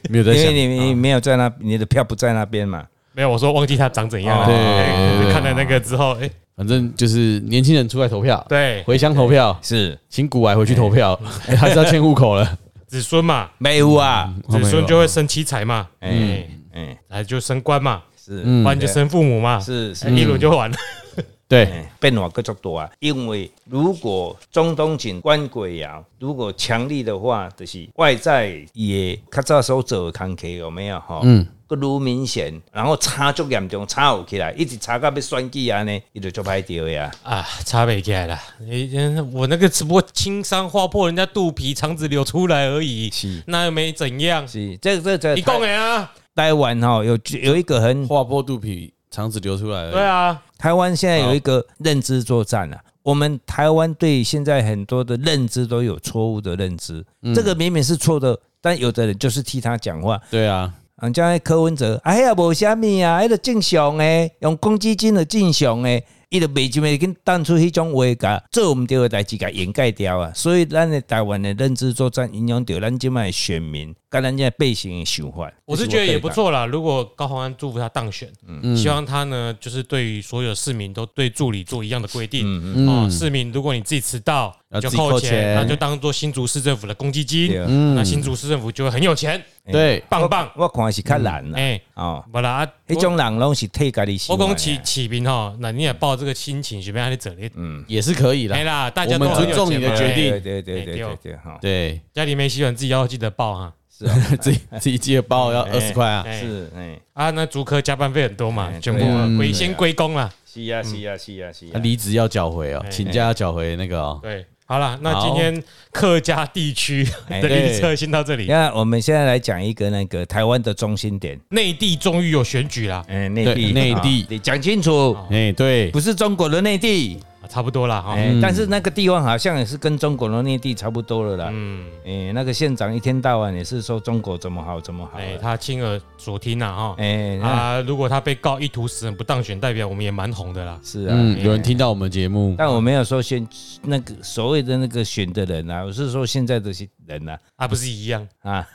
Speaker 1: 没有
Speaker 3: 因
Speaker 1: 在想啊
Speaker 3: 为，你你没有在那，你的票不在那边嘛，
Speaker 2: 没有，我说忘记他长怎样
Speaker 3: 哦
Speaker 2: 了。
Speaker 1: 对
Speaker 2: 哎
Speaker 1: 对
Speaker 2: 就看了那个之后，哎，
Speaker 1: 反正就是年轻人出来投票，
Speaker 3: 哎
Speaker 2: 对，哎
Speaker 1: 回乡投票，
Speaker 3: 是
Speaker 1: 请古癌回去投票，哎还是要迁户口了。
Speaker 2: 子孙嘛，
Speaker 3: 没有啊，
Speaker 2: <laughs> 子孙就会生七财嘛，哎，
Speaker 3: 哎，
Speaker 2: 哎就升官嘛，
Speaker 3: 是，
Speaker 1: 嗯
Speaker 2: 不然就生父母嘛，
Speaker 3: 是是
Speaker 2: 哎。一轮就完了。哎
Speaker 1: 对，
Speaker 3: 变化更足大啊！因为如果中东锦官鬼爻如果强力的话，就是外在也较早所做的工课有没有吼？
Speaker 1: 嗯，
Speaker 3: 个愈明显，然后差足严重，差有起来，一直差到要选举安尼，伊就足歹掉呀。
Speaker 2: 啊，差不起来啦！你我那个只不过轻伤划破人家肚皮，肠子流出来而已，
Speaker 3: 是
Speaker 2: 那又没怎样。
Speaker 3: 是，这这这
Speaker 2: 一共哎啊，
Speaker 3: 台湾吼有有一个很
Speaker 1: 划破肚皮，肠子流出来了。
Speaker 2: 对，啊，
Speaker 3: 台湾现在有一个认知作战啊。我们台湾对现在很多的认知都有错误的认知，这个明明是错的，但有的人就是替他讲话，
Speaker 1: 对啊，
Speaker 3: 人家那柯文哲，哎呀，无虾米啊，迄个正常诶，用公积金的正常诶，伊就袂就袂跟当出迄种话甲做毋对的代志甲掩盖掉啊。所以咱的台湾的认知作战影响到咱即卖选民，跟咱这百姓的想法。
Speaker 2: 我是觉得也不错啦。如果高鸿安祝福他当选，
Speaker 1: 嗯
Speaker 2: 希望他呢，就是对于所有市民都对助理做一样的规定哦。市民，如果你自己迟到，
Speaker 1: 嗯要
Speaker 2: 你就
Speaker 1: 自己扣
Speaker 2: 扣
Speaker 1: 钱
Speaker 2: 钱，那就当做新竹市政府的公积金
Speaker 3: 对啊，
Speaker 2: 嗯那新哎竹市政府就会很有钱，
Speaker 1: 嗯对，
Speaker 2: 棒棒。
Speaker 3: 我看是较难啦。
Speaker 2: 哎，
Speaker 3: 哦，
Speaker 2: 不啦，啊
Speaker 3: 迄种人拢是替家己想
Speaker 2: 我
Speaker 3: 的啊。
Speaker 2: 讲起起兵哈，那你也抱这个心情，随便让你走你
Speaker 1: 也是可以啦
Speaker 2: 没。哎啦，大
Speaker 1: 嗯
Speaker 2: 家
Speaker 1: 我们
Speaker 2: 都很有
Speaker 1: 尊重
Speaker 2: 钱
Speaker 1: 你的
Speaker 2: 嘛
Speaker 1: 决定
Speaker 3: 哎对对对对
Speaker 2: 哎
Speaker 3: 对
Speaker 2: 对
Speaker 3: 对，哈，
Speaker 1: 对，
Speaker 2: 家里没洗碗，自己要记得报哈。
Speaker 3: 是啊
Speaker 1: <laughs> 自己自己记得包要二十块啊。
Speaker 2: 哎
Speaker 3: 是，哎，
Speaker 2: 啊，那竹科加班费很多嘛
Speaker 3: 哎，
Speaker 2: 全
Speaker 3: 对啊
Speaker 2: 部归
Speaker 1: 嗯
Speaker 2: 先归公啦。
Speaker 3: 是啊是啊是啊是
Speaker 1: 他
Speaker 3: 啊。
Speaker 2: 嗯
Speaker 1: 离职要缴回哦，
Speaker 2: 哎
Speaker 1: 请假要缴回那个哦。
Speaker 2: 对，好了，那
Speaker 1: 好
Speaker 2: 今天客家地区
Speaker 3: 哎
Speaker 2: 的预测先到这里。
Speaker 3: 那我们现在来讲一个那个台湾的中心点，
Speaker 2: 内地终于有选举啦，
Speaker 3: 哎，内
Speaker 1: 对
Speaker 3: 地
Speaker 1: 内
Speaker 3: 啊
Speaker 1: 地
Speaker 3: 得讲清楚，
Speaker 1: 哎，对，
Speaker 3: 不是中国的内地，
Speaker 2: 啊差不多啦
Speaker 1: 哦
Speaker 2: 哈。
Speaker 3: 哎、
Speaker 1: 嗯
Speaker 3: 但是那个地方好像也是跟中国的内地差不多了啦。嗯，哎、那个县长一天到晚也是说中国怎么好怎么好
Speaker 2: 哎，
Speaker 3: 了。
Speaker 2: 他亲耳所听呐哈。
Speaker 3: 哎、那
Speaker 2: 啊，如果他被告一途死人不当选，代表我们也蛮红的啦。
Speaker 3: 是啊、
Speaker 1: 嗯，有
Speaker 2: 哎
Speaker 1: 人听到我们节目，
Speaker 3: 但我没有说选那个所谓的那个选的人啊，我是说现在的人啊，
Speaker 2: 啊，不是一
Speaker 3: <laughs>
Speaker 2: 样。
Speaker 3: 啊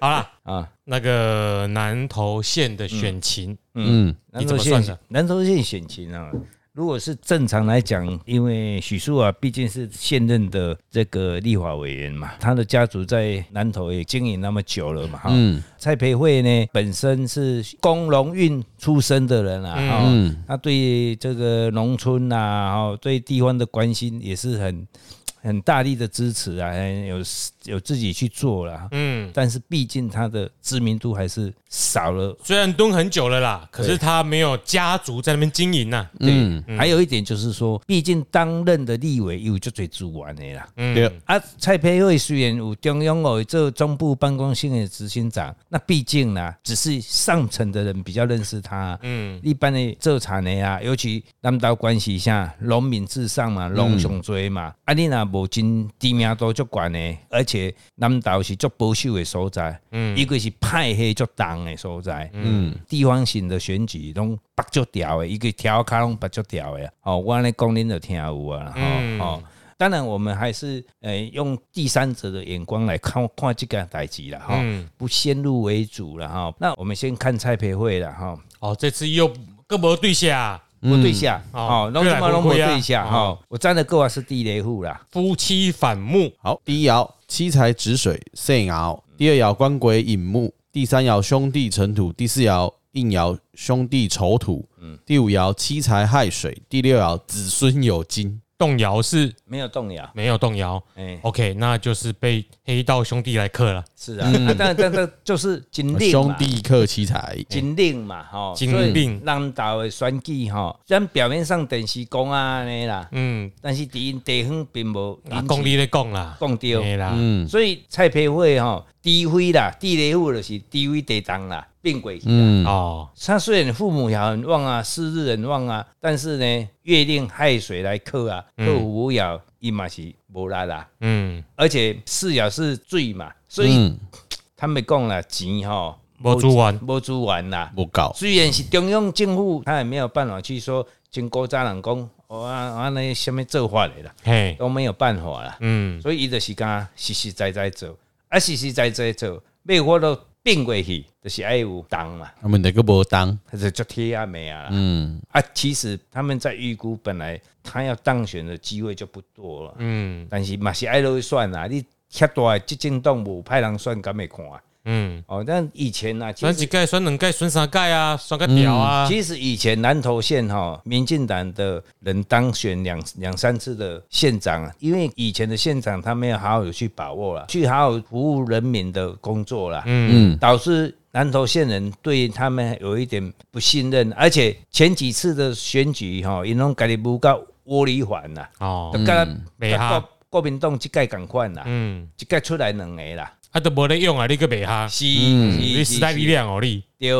Speaker 2: 好啦，
Speaker 3: 啊，
Speaker 2: 那个南投县的选情，
Speaker 1: 嗯，
Speaker 3: 南
Speaker 2: 你
Speaker 3: 投
Speaker 2: 怎么算
Speaker 3: 县
Speaker 2: 的
Speaker 3: 南投县选情啊。如果是正常来讲，因为许树啊，毕竟是现任的这个立法委员嘛，他的家族在南投也经营那么久了嘛，哈、
Speaker 1: 嗯
Speaker 3: 蔡培慧呢，本身是工农运出身的人啊，哈、
Speaker 1: 嗯
Speaker 3: 他对这个农村呐、啊，哦，对地方的关心也是很很大力的支持啊，很有有自己去做了。
Speaker 2: 嗯，
Speaker 3: 但是毕竟他的知名度还是少了，
Speaker 2: 虽然蹲很久了啦，可是他没有家族在那边经营啊呐。
Speaker 1: 嗯，
Speaker 3: 还有一点就是说，毕竟当任的立委有就最资源的啦。
Speaker 2: 嗯
Speaker 1: 对，
Speaker 3: 啊，蔡培慧虽然有中央哦做中部办公室的执行长，那毕竟呢、只是上层的人比较认识他、
Speaker 2: 嗯，
Speaker 3: 一般的做产的啊，尤其南岛关系下，农民至上嘛，农上最嘛。啊，你若无真知名度足悬的，而且南岛是足保守的所在，嗯，一个是派系足重的所在，嗯，地方性的选举拢白足条的，一个条卡拢白足条的。哦，我安尼讲恁就听有啊，吼、
Speaker 2: 嗯
Speaker 3: 哦。当然，我们还是呃用第三者的眼光来看看这个代志了哈，
Speaker 2: 嗯
Speaker 3: 不先入为主了哈。那我们先看蔡培慧了哈，
Speaker 2: 哦，这次又更没对下
Speaker 3: 无对下，
Speaker 2: 哦
Speaker 3: 哦，拢什么拢无
Speaker 2: 过来
Speaker 3: 对
Speaker 2: 无
Speaker 3: 下，
Speaker 2: 开啊
Speaker 3: 哦，我站的够啊是地雷户啦，
Speaker 2: 夫妻反目，
Speaker 1: 好，第一爻七财止水肾爻，第二爻官鬼引木，第三爻兄弟成土，第四爻应爻兄弟丑土，第五爻七财亥水，第六爻子孙有金，
Speaker 2: 动摇是
Speaker 3: 没有动摇，
Speaker 2: 没有动摇。
Speaker 3: 哎，
Speaker 2: OK，那就是被黑道兄弟来克了。
Speaker 3: 是啊，啊但但但就是金令
Speaker 1: 兄
Speaker 3: 嘛，
Speaker 1: 弟克七财，
Speaker 3: 金令嘛，吼，
Speaker 2: 金
Speaker 3: 所以
Speaker 2: 令
Speaker 3: 咱岛的选举吼，虽然表面上电视讲啊尼啦，
Speaker 2: 嗯，
Speaker 3: 但是地因地方并无
Speaker 2: 啊，公理咧讲啦，
Speaker 3: 讲掉，
Speaker 2: 嘿啦，
Speaker 1: 嗯
Speaker 3: 所以蔡培慧吼，低灰啦，地雷户就是低灰地当啦，并轨。
Speaker 1: 嗯，
Speaker 2: 哦，
Speaker 3: 他虽然父母也很旺啊，四日很旺啊，但是呢，月令亥水来克啊，
Speaker 1: 嗯
Speaker 3: 克五爻伊嘛是无力啦，
Speaker 2: 嗯，
Speaker 3: 而且四爻是水嘛，所以
Speaker 1: 嗯，
Speaker 3: 他们讲啦，钱吼
Speaker 2: 无资源
Speaker 3: 无资源啦。
Speaker 1: 不搞，
Speaker 3: 虽然是中央政府，他也没有办法去说，经古早人讲，我啊那什么做法的啦，
Speaker 2: 嘿，
Speaker 3: 都没有办法啦。
Speaker 2: 嗯，
Speaker 3: 所以伊就是讲实实在在做，啊实实在在做，要我都变过去，就是爱有动嘛，
Speaker 1: 他们那个不当，
Speaker 3: 他就足贴啊没啊啦。
Speaker 1: 嗯
Speaker 3: 啊，其实他们在预估本来他要当选的机会就不多了，
Speaker 2: 嗯，
Speaker 3: 但是嘛是爱落去算啦，你遐大的执政党无派人选，敢会看？
Speaker 2: 嗯，
Speaker 3: 哦，但以前啊，其
Speaker 2: 选一
Speaker 3: 实嗯
Speaker 2: 届、选两届、选三届啊，选个屌啊，
Speaker 3: 其实以前南投县哈、民进党的人当选两两三次的县长啊，因为以前的县长他没有好好的去把握了，去好好服务人民的工作啦，
Speaker 1: 嗯
Speaker 3: 导致南投县人对他们有一点不信任，而且前几次的选举哈、因拢家己无到窝里反啦。
Speaker 2: 哦，
Speaker 3: 就甲
Speaker 2: 袂
Speaker 3: 甲
Speaker 2: 合
Speaker 3: 国国民党即届共款啦，
Speaker 2: 嗯，
Speaker 3: 即届出来两个啦，
Speaker 2: 啊都无咧用啊，你个袂哈，
Speaker 3: 是
Speaker 2: 嗯你时代力量哦你， <laughs>
Speaker 3: 对，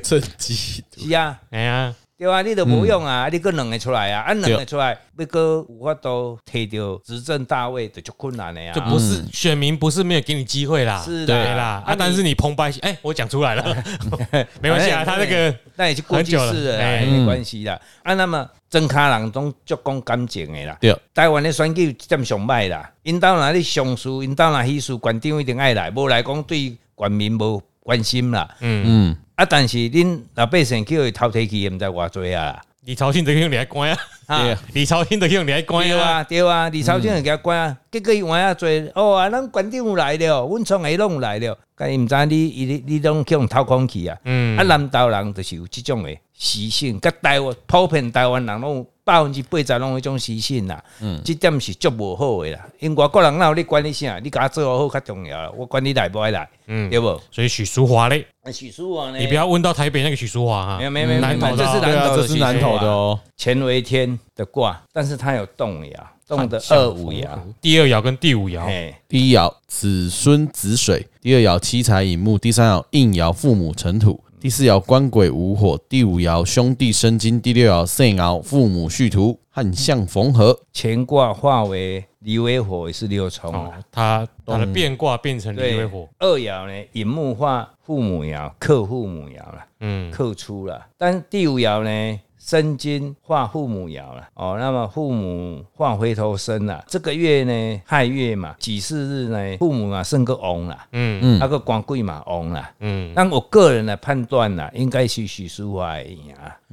Speaker 1: 趁机
Speaker 3: 是啊，
Speaker 2: 哎呀，
Speaker 3: 对对啊，你都无用
Speaker 2: 嗯
Speaker 3: 啊，你搁两个出来啊，啊两个出来，要搁有法度摕到执政大位，就足困难的啊呀
Speaker 2: 就。不是选民不是没有给你机会啦，
Speaker 3: 是啦
Speaker 2: 对啦啊，但是你澎湃，哎，我讲出来
Speaker 3: <laughs>
Speaker 2: 了，没关系啊，他那个
Speaker 3: 哎那也是过去
Speaker 2: 很
Speaker 3: 式
Speaker 2: 久
Speaker 3: 的
Speaker 2: 了
Speaker 3: 啦，
Speaker 2: 哎
Speaker 3: 啊没关系啦。啊，那么真卡人拢足讲感情的啦。
Speaker 1: 对，
Speaker 3: 台湾的选举占上歹啦，因到哪里上诉，因到哪里事，县长一定爱来，无来讲对全民无关心啦。
Speaker 1: 嗯，
Speaker 3: 啊，但是恁老百姓去伊偷摕去，毋知偌济啊啦。
Speaker 2: 李朝庆的用你来关啊，
Speaker 1: 对
Speaker 3: 啊
Speaker 1: 啊，
Speaker 2: 李朝庆的用你来关
Speaker 3: 对
Speaker 2: 啊，嗯
Speaker 3: 啊，对啊，李朝庆人家管啊，结果伊换啊做，哦啊，咱县长有来了，阮创下拢有来了，甲伊毋知你伊你拢去互偷空去啊。
Speaker 2: 嗯
Speaker 3: 啊，，南投人就是有即种的习性，甲台湾普遍台湾人拢有百分之八十拢有迄种习性啦。嗯，即点是足无好的啦。因外国人哪有咧管你啥，你甲我做好好较重要啦，我管你来不爱来，
Speaker 2: 嗯
Speaker 3: 对无？
Speaker 2: 所以许淑华嘞，
Speaker 3: 啊，许淑华呢？
Speaker 2: 你不要问到台北那个许淑华哈
Speaker 3: 没有，没有没有，
Speaker 2: 南投的
Speaker 3: 这
Speaker 2: 啊
Speaker 3: 是
Speaker 1: 对
Speaker 3: 南
Speaker 1: 啊，
Speaker 3: 投
Speaker 1: 这是南投的哦，
Speaker 3: 乾为天的卦，但是它有动爻，动的二五爻。
Speaker 2: 第二爻跟第五爻，
Speaker 3: 嘿，
Speaker 1: 第一爻子孙子水，第二爻七财引木，第三爻应爻父母尘土，第四爻官鬼无火，第五爻兄弟生金，第六爻肾爻父母戌土，汉相逢合。
Speaker 3: 乾卦化为离为火，也是六冲啊。
Speaker 2: 哦，他他的变卦变成李威火，
Speaker 3: 二爻呢，寅木化父母爻，克父母爻啦。
Speaker 2: 嗯，
Speaker 3: 克出了。但第五爻呢，申金化父母爻了。哦，那么父母化回头生了。这个月呢，亥月嘛，己巳日呢，父母啊生个翁啦，
Speaker 2: 嗯
Speaker 3: 嗯，那个官贵嘛翁啦。
Speaker 2: 嗯，
Speaker 3: 但我个人来判断啦，应该是许淑华会赢。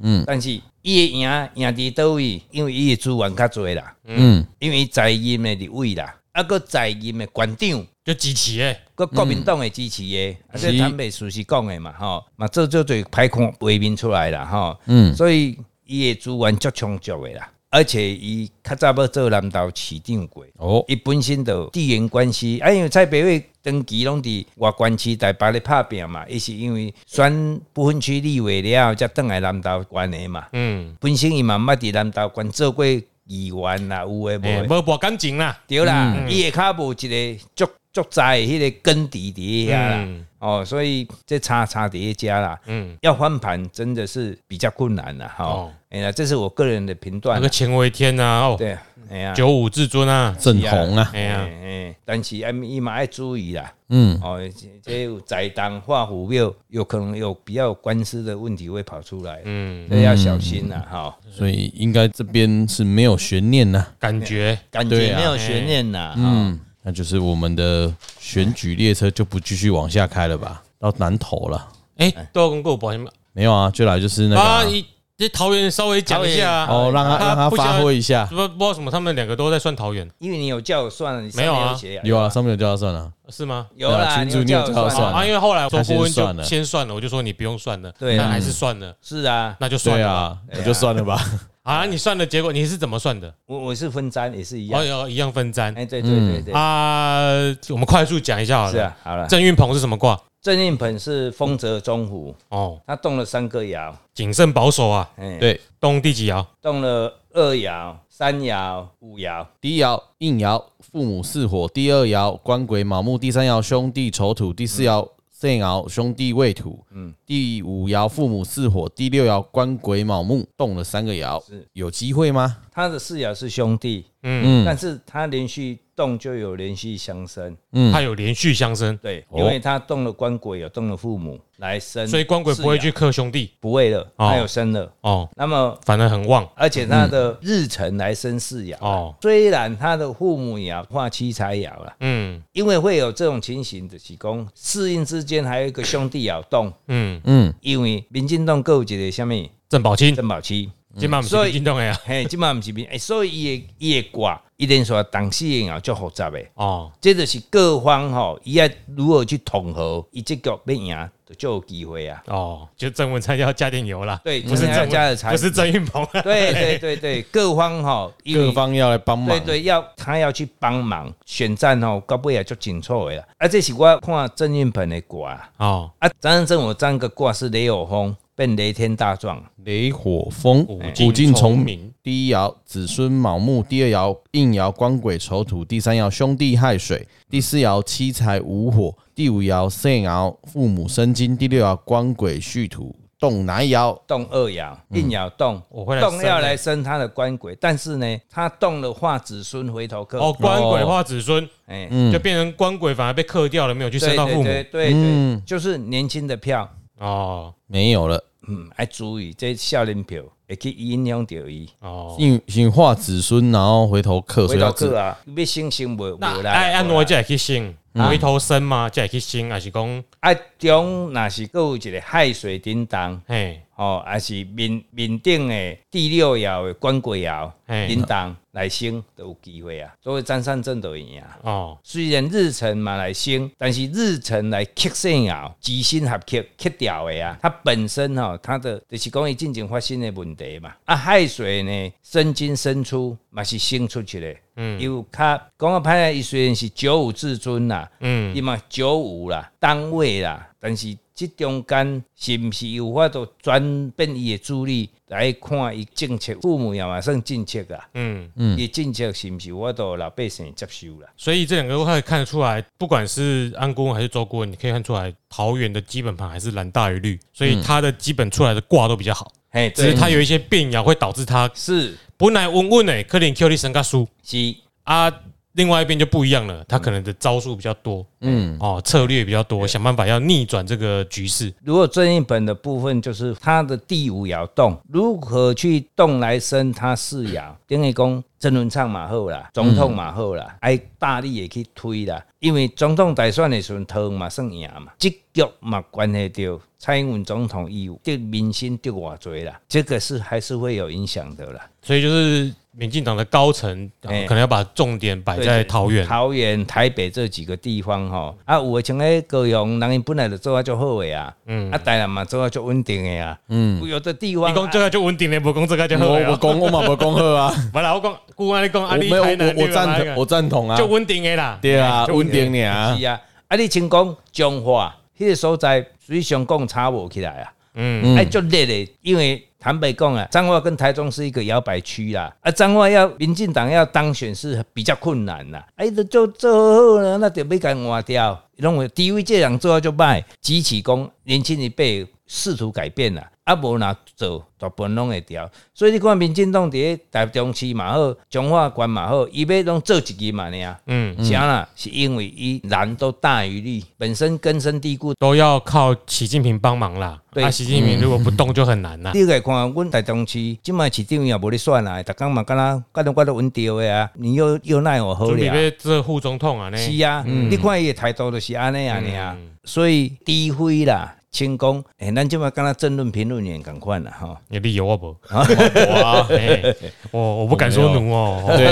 Speaker 3: 嗯，但是伊会赢赢伫倒位，因为伊的资源较多啦，
Speaker 1: 嗯，
Speaker 3: 因为伊在任的立位啦，啊个在任的县长。
Speaker 2: 就集齐哎，
Speaker 3: 个国民党诶支持诶，啊，
Speaker 1: 嗯是
Speaker 3: 这坦白事实讲诶嘛，吼，嘛这就最歹看画面出来啦，吼，
Speaker 1: 嗯
Speaker 3: 所以伊诶资源足充足诶啦，而且伊较早要做南投市长过，
Speaker 1: 哦，
Speaker 3: 伊本身就有地缘关系，啊，因为蔡培慧长期拢伫外关区台北咧拍拼嘛，伊是因为选不分区立委了后，才转来南投县诶嘛，
Speaker 2: 嗯，
Speaker 3: 本身伊嘛毋捌伫南投县做过议员啦，有诶无
Speaker 2: 哎，
Speaker 3: 诶。
Speaker 2: 没博感情啦，
Speaker 3: 对啦，伊会较无一个足足在迄个根底底遐啦，
Speaker 2: 嗯
Speaker 3: 哦，所以这差差伫遐啦，
Speaker 2: 嗯，
Speaker 3: 要翻盘真的是比较困难啦，哈、
Speaker 2: 哦
Speaker 3: 哦，哎呀，这是我个人的评
Speaker 2: 那
Speaker 3: 断
Speaker 2: 个
Speaker 3: 啦，
Speaker 2: 乾为天啊，哦，
Speaker 3: 对，哎呀，
Speaker 2: 九五至尊啊，
Speaker 1: 正红啊，
Speaker 2: 哎呀，
Speaker 3: 哎，但是哎，伊嘛要注意啦，
Speaker 1: 嗯，
Speaker 3: 哦，这这有栽赃画虎庙，有可能有比较有官司的问题会跑出来，
Speaker 2: 嗯，
Speaker 3: 所以要小心啦，哈、
Speaker 1: 所以应该这边是没有悬念呐、
Speaker 2: 感觉
Speaker 3: 感
Speaker 1: 对
Speaker 3: 觉
Speaker 1: 啊
Speaker 3: 没有悬念啦，嗯，
Speaker 1: 嗯，那就是我们的选举列车就不继续往下开了吧，到南投了。
Speaker 2: 哎，都要跟各位保险吗？
Speaker 1: 没有啊，就来就是那个啊、
Speaker 2: 啊，你这桃园稍微讲一下啊，
Speaker 1: 哦，让他
Speaker 2: 他
Speaker 1: 让他
Speaker 2: 不想
Speaker 1: 发挥一下。
Speaker 2: 不不知道为什么，他们两个都在算桃园，
Speaker 3: 因为你有叫我算了，你上
Speaker 2: 没有啊
Speaker 3: 面写
Speaker 1: 有啊，上面有叫他算了、
Speaker 2: 是吗？
Speaker 3: 有
Speaker 1: 对啊
Speaker 3: 啦，
Speaker 1: 群主
Speaker 3: 你有
Speaker 1: 你有
Speaker 3: 叫
Speaker 1: 叫我
Speaker 3: 我
Speaker 1: 算
Speaker 3: 算
Speaker 1: 了
Speaker 3: 啦，
Speaker 2: 啊，因为后
Speaker 1: 他
Speaker 2: 来周
Speaker 1: 先
Speaker 2: 顾问
Speaker 1: 算了
Speaker 2: 就先算了，我就说你不用算了，
Speaker 3: 对啊
Speaker 2: 但还是算了，
Speaker 3: 是啊，
Speaker 2: 那就算
Speaker 1: 对
Speaker 2: 了
Speaker 1: 啊，那就算了吧。
Speaker 2: 啊，你算的结果你是怎么算的？
Speaker 3: 我我是分占也是一样
Speaker 2: 哦，。有一样分占
Speaker 3: 哎，对对对对，
Speaker 2: 啊，我们快速讲一下好
Speaker 3: 是
Speaker 2: 了。
Speaker 3: 啊，好了。
Speaker 2: 郑运鹏是什么卦？
Speaker 3: 郑运鹏是丰泽中虎，
Speaker 2: 哦，
Speaker 3: 他动了三个爻，
Speaker 2: 谨慎保守啊，
Speaker 3: 哎，，
Speaker 1: 对，
Speaker 2: 动第几爻？
Speaker 3: 动了二爻、三爻、五爻，
Speaker 1: 第一爻应爻父母巳火，第二爻官鬼卯木，第三爻兄弟丑土，第四爻肾爻兄弟未土，嗯，第五爻父母巳火，第六爻官鬼卯木，动了三个爻，有机会吗？
Speaker 3: 他的四爻是兄弟，
Speaker 2: 嗯，
Speaker 3: 但是他连续动就有连续相生，
Speaker 2: 他有连续相生，
Speaker 3: 对，
Speaker 1: 哦
Speaker 3: 因为他动了官鬼，有动了父母来生，
Speaker 2: 所以官鬼不会去
Speaker 3: 四爻，
Speaker 2: 克兄弟
Speaker 3: 不会了，
Speaker 2: 哦
Speaker 3: 他有生了，
Speaker 2: 哦，
Speaker 3: 那么。
Speaker 2: 反而很旺
Speaker 3: 而且他的日辰来生四爻
Speaker 2: 嗯哦
Speaker 3: 哦，虽然他的父母爻化七财爻了，
Speaker 2: 嗯
Speaker 3: 因为会有这种情形的是讲，适应之间还有一个兄弟爻动，
Speaker 2: 嗯，
Speaker 1: 嗯，
Speaker 3: 因为民进党还有一个什么
Speaker 2: 郑宝清，
Speaker 3: 郑宝期，
Speaker 2: 今晚不
Speaker 3: 所
Speaker 2: 是
Speaker 3: 以
Speaker 2: 运动的呀，
Speaker 3: 嘿，即嘛毋是民，欸所以伊的伊的卦，一定说当事人啊足复杂的，
Speaker 2: 哦，
Speaker 3: 这就是各方吼，伊要如何去统合，伊这局要赢就就有机会啊。
Speaker 2: 哦，就郑文灿要加点油啦，
Speaker 3: 对
Speaker 2: 不是郑
Speaker 3: 郑文灿要加
Speaker 2: 文
Speaker 3: 的菜
Speaker 2: 不是郑运鹏啊，
Speaker 3: 对对对对，各方吼，因为
Speaker 1: 各方要来帮忙。
Speaker 3: 对对要他要去帮忙选战吼，到尾也足紧凑的啦。啊，这是我看郑运鹏的卦
Speaker 2: <laughs> 哦，
Speaker 3: 啊，张正我占个卦是雷有风变雷天大壮，
Speaker 1: 雷火风，
Speaker 2: 哦古
Speaker 1: 古
Speaker 2: 今
Speaker 1: 今
Speaker 2: 重
Speaker 1: 重
Speaker 2: 明
Speaker 1: 明。第一爻子孙卯木，第二爻应爻官鬼丑土，第三爻兄弟亥水，第四爻七财午火，第五爻肾爻父母生金，第六爻官鬼戌土，动南爻，
Speaker 3: 动二爻，应爻动，
Speaker 2: 我会来
Speaker 3: 动
Speaker 2: 生
Speaker 3: 要
Speaker 2: 欸
Speaker 3: 来生他的官鬼，但是呢，他动了化子孙回头客，
Speaker 2: 哦，官鬼化子孙，
Speaker 3: 哎，
Speaker 2: 就变成官鬼反而被克掉了，没有去
Speaker 3: 对
Speaker 2: 生到
Speaker 3: 对
Speaker 2: 父母
Speaker 3: 对对对，就是年轻的票，
Speaker 2: 哦
Speaker 1: 没有了，
Speaker 3: 嗯，要注意这少年票会去影响到伊，
Speaker 2: 哦。
Speaker 1: 因因化子孙，然后回头克，所
Speaker 3: 回
Speaker 1: 以要
Speaker 3: 头
Speaker 1: 治
Speaker 3: 客啊，要信心无无
Speaker 2: 那哎
Speaker 3: 啦，嗯
Speaker 2: 爱按
Speaker 3: 无啦
Speaker 2: 我这也去生，回头生吗？这也去生，还是讲
Speaker 3: 啊，中若是佫有一个海水叮当，
Speaker 2: 嘿
Speaker 3: 吼、哦还是面面顶的第六爻的官鬼爻
Speaker 2: 嘿
Speaker 3: 叮当来升都有机会啊，所以张善政都赢啊。
Speaker 2: 哦
Speaker 3: 虽然日辰嘛来升，但是日辰来克线爻，吉星合克克掉的啊，它本身吼、它的就是讲伊进前发生的问题嘛。啊，海水呢，生金生出嘛是生出去的，嗯，有较讲啊歹来，伊虽然是九五至尊啦，嗯，伊嘛九五啦，单位啦，但是。即中间是毋是有法度转变伊的主力来看伊政策？父母也嘛算政策啦，
Speaker 2: 嗯，
Speaker 3: 伊、政策是毋是有法度老百姓接受啦？
Speaker 2: 所以这两个都可以看得出来，不管是安公还是周公，你可以看出来桃园的基本盘还是蓝大于绿，所以它的基本出来的卦都比较好，
Speaker 3: 嘿，
Speaker 2: 只是
Speaker 3: 嗯对
Speaker 2: 它有一些变爻会导致它
Speaker 3: 是
Speaker 2: 本来稳稳的，可能 Q 力神嘎输
Speaker 3: 是，
Speaker 2: 啊。另外一边就不一样了，它可能的招数比较多，嗯，哦，策略比较多，想办法要逆转这个局势。
Speaker 3: 如果正印本的部分就是它的第五爻动，如何去动来生它四爻，等于讲郑文灿马后啦，总统马后啦，爱、大力也去推啦，因为总统大选的时阵，汤嘛算赢嘛，这局嘛关系到蔡英文总统伊有对民心对偌济啦，这个是还是会有影响的啦。
Speaker 2: 所以就是民进党的高层、啊
Speaker 3: 哎
Speaker 2: 可能要把重点摆在桃园。
Speaker 3: 桃园、台北这几个地方吼，啊，有诶像诶高雄，人因本来就做啊足好诶啊，啊，台南嘛做啊足稳定诶啊，嗯，有的地方
Speaker 2: 嗯你讲这
Speaker 3: 啊，
Speaker 2: 个就稳定了，不讲这个就好
Speaker 1: 我
Speaker 2: 了
Speaker 1: 我。讲我嘛不讲好啊，
Speaker 2: 不啦，我讲，姑安你讲，
Speaker 1: 我
Speaker 2: 啊
Speaker 1: 没
Speaker 2: 你
Speaker 1: 有
Speaker 2: 台南
Speaker 1: 我我赞同，我赞同啊
Speaker 2: 就，稳定的啦。
Speaker 1: 对啊，
Speaker 2: 就稳
Speaker 1: 稳定你啊
Speaker 3: 是，啊，啊，你像讲彰化迄个所在，水上讲差无起来啊，嗯，哎，足热诶，因为坦白讲啊，彰化跟台中是一个摇摆区啦，啊，彰化要民进党要当选是比较困难啦，哎，都做做好了，那就要甲换掉，认为低位这人做啊就歹，支持讲年轻一辈。试图改变啦，啊无若做，大部分拢会调。所以你看民进党伫咧台中市嘛好，彰化县嘛好，伊要拢做一支嘛尔。嗯，啥啦？是因为伊蓝都大于绿，本身根深蒂固。
Speaker 2: 都要靠习近平帮忙啦。
Speaker 3: 对
Speaker 2: 那习近平如果不动就很难啦。
Speaker 3: 你来看，阮台中市即摆市长也无咧选啦，逐工嘛敢若敢若我都稳调的啊，你又又奈我好
Speaker 2: 准备
Speaker 3: 了。
Speaker 2: 要嗯这副总统啊呢？
Speaker 3: 是啊，你看伊的态度就是安尼安尼啊，
Speaker 2: 嗯
Speaker 3: 所以低灰啦。清讲，诶、咱即摆敢若争论评论员共款啦吼，
Speaker 2: 你理由我啊 <laughs> 不？我啊，哎我我不敢说奴哦。对，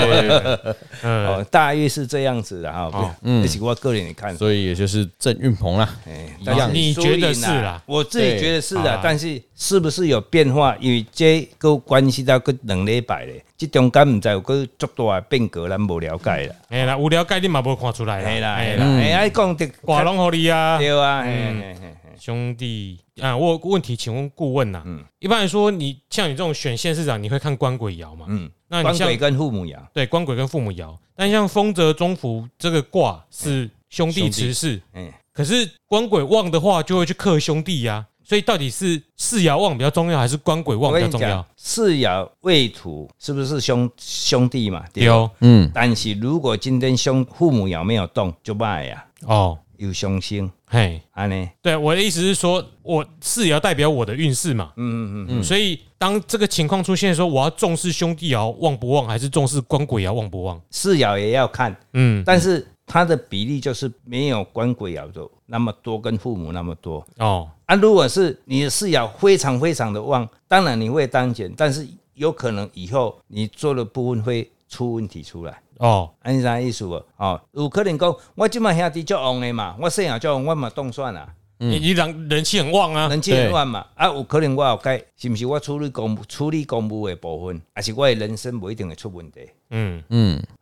Speaker 3: 哦，大约是这样子的哈，
Speaker 2: 哦
Speaker 3: 嗯，这是我个人的看法。
Speaker 1: 所以也就是郑运鹏啦，
Speaker 3: 哎
Speaker 1: 一
Speaker 3: 但
Speaker 1: 样
Speaker 3: 是
Speaker 2: 你
Speaker 3: 输
Speaker 2: 觉得
Speaker 3: 赢
Speaker 2: 是啦啊
Speaker 3: 我自己
Speaker 1: 对
Speaker 3: 觉得是
Speaker 2: 好
Speaker 3: 啦
Speaker 2: 啦，
Speaker 3: 但是是不是有变化？因为这个关系到个两礼拜咧，这中间唔知有个足大的变革，咱无了解啦。
Speaker 2: <laughs> 哎啦，无聊概念嘛，不看出来
Speaker 3: 系啦
Speaker 2: 哎
Speaker 3: 系啦，哎，爱讲的
Speaker 2: 挂拢合理啊。
Speaker 3: 对啊，嘿嘿嘿嘿
Speaker 2: 兄弟啊，我有个问题，请问顾问呐、啊一般来说，你像你这种选县市长，你会看官鬼爻嘛？
Speaker 3: 嗯，
Speaker 2: 那你
Speaker 3: 官
Speaker 2: 像
Speaker 3: 鬼跟父母爻，
Speaker 2: 对官鬼跟父母爻，但像丰泽中福这个卦
Speaker 3: 嗯
Speaker 2: 是兄弟持世，
Speaker 3: 哎，
Speaker 2: 可是官鬼旺的话，就会去克兄弟呀、所以到底是世爻旺比较重要，还是官鬼旺
Speaker 3: 我
Speaker 2: 比
Speaker 3: 跟
Speaker 2: 较重
Speaker 3: 你讲
Speaker 2: 要？，
Speaker 3: 四爻未土是不是兄兄弟嘛？对
Speaker 2: 对
Speaker 3: 吧。
Speaker 2: 哦，
Speaker 1: 嗯，
Speaker 3: 但是如果今天兄父母爻没有动，就败呀，
Speaker 2: 哦，
Speaker 3: 有凶星，
Speaker 2: 嘿，
Speaker 3: 安尼，
Speaker 2: 对，我的意思是说，我世爻代表我的运势嘛，
Speaker 3: 嗯嗯嗯，
Speaker 2: 所以当这个情况出现的时候，我要重视兄弟爻旺不旺，还是重视官鬼爻旺不旺？
Speaker 3: 四爻也要看。
Speaker 2: 嗯，
Speaker 3: 但是它的比例就是没有官鬼爻的那么多，跟父母那么多
Speaker 2: 哦，
Speaker 3: 啊。如果是你的视爻非常非常的旺，当然你会当选，但是有可能以后你做的部分会出问题出来。
Speaker 2: 哦，
Speaker 3: 安尼啥意思无？哦，有可能讲我即摆兄弟足旺的嘛，我细也足旺，我嘛当选啊啦，
Speaker 2: 你你人人气很旺啊，
Speaker 3: 人气很旺嘛。啊，有可能我后改，是毋是我处理公务处理公务的部分，还是我的人生无一定会出问题？
Speaker 2: 嗯，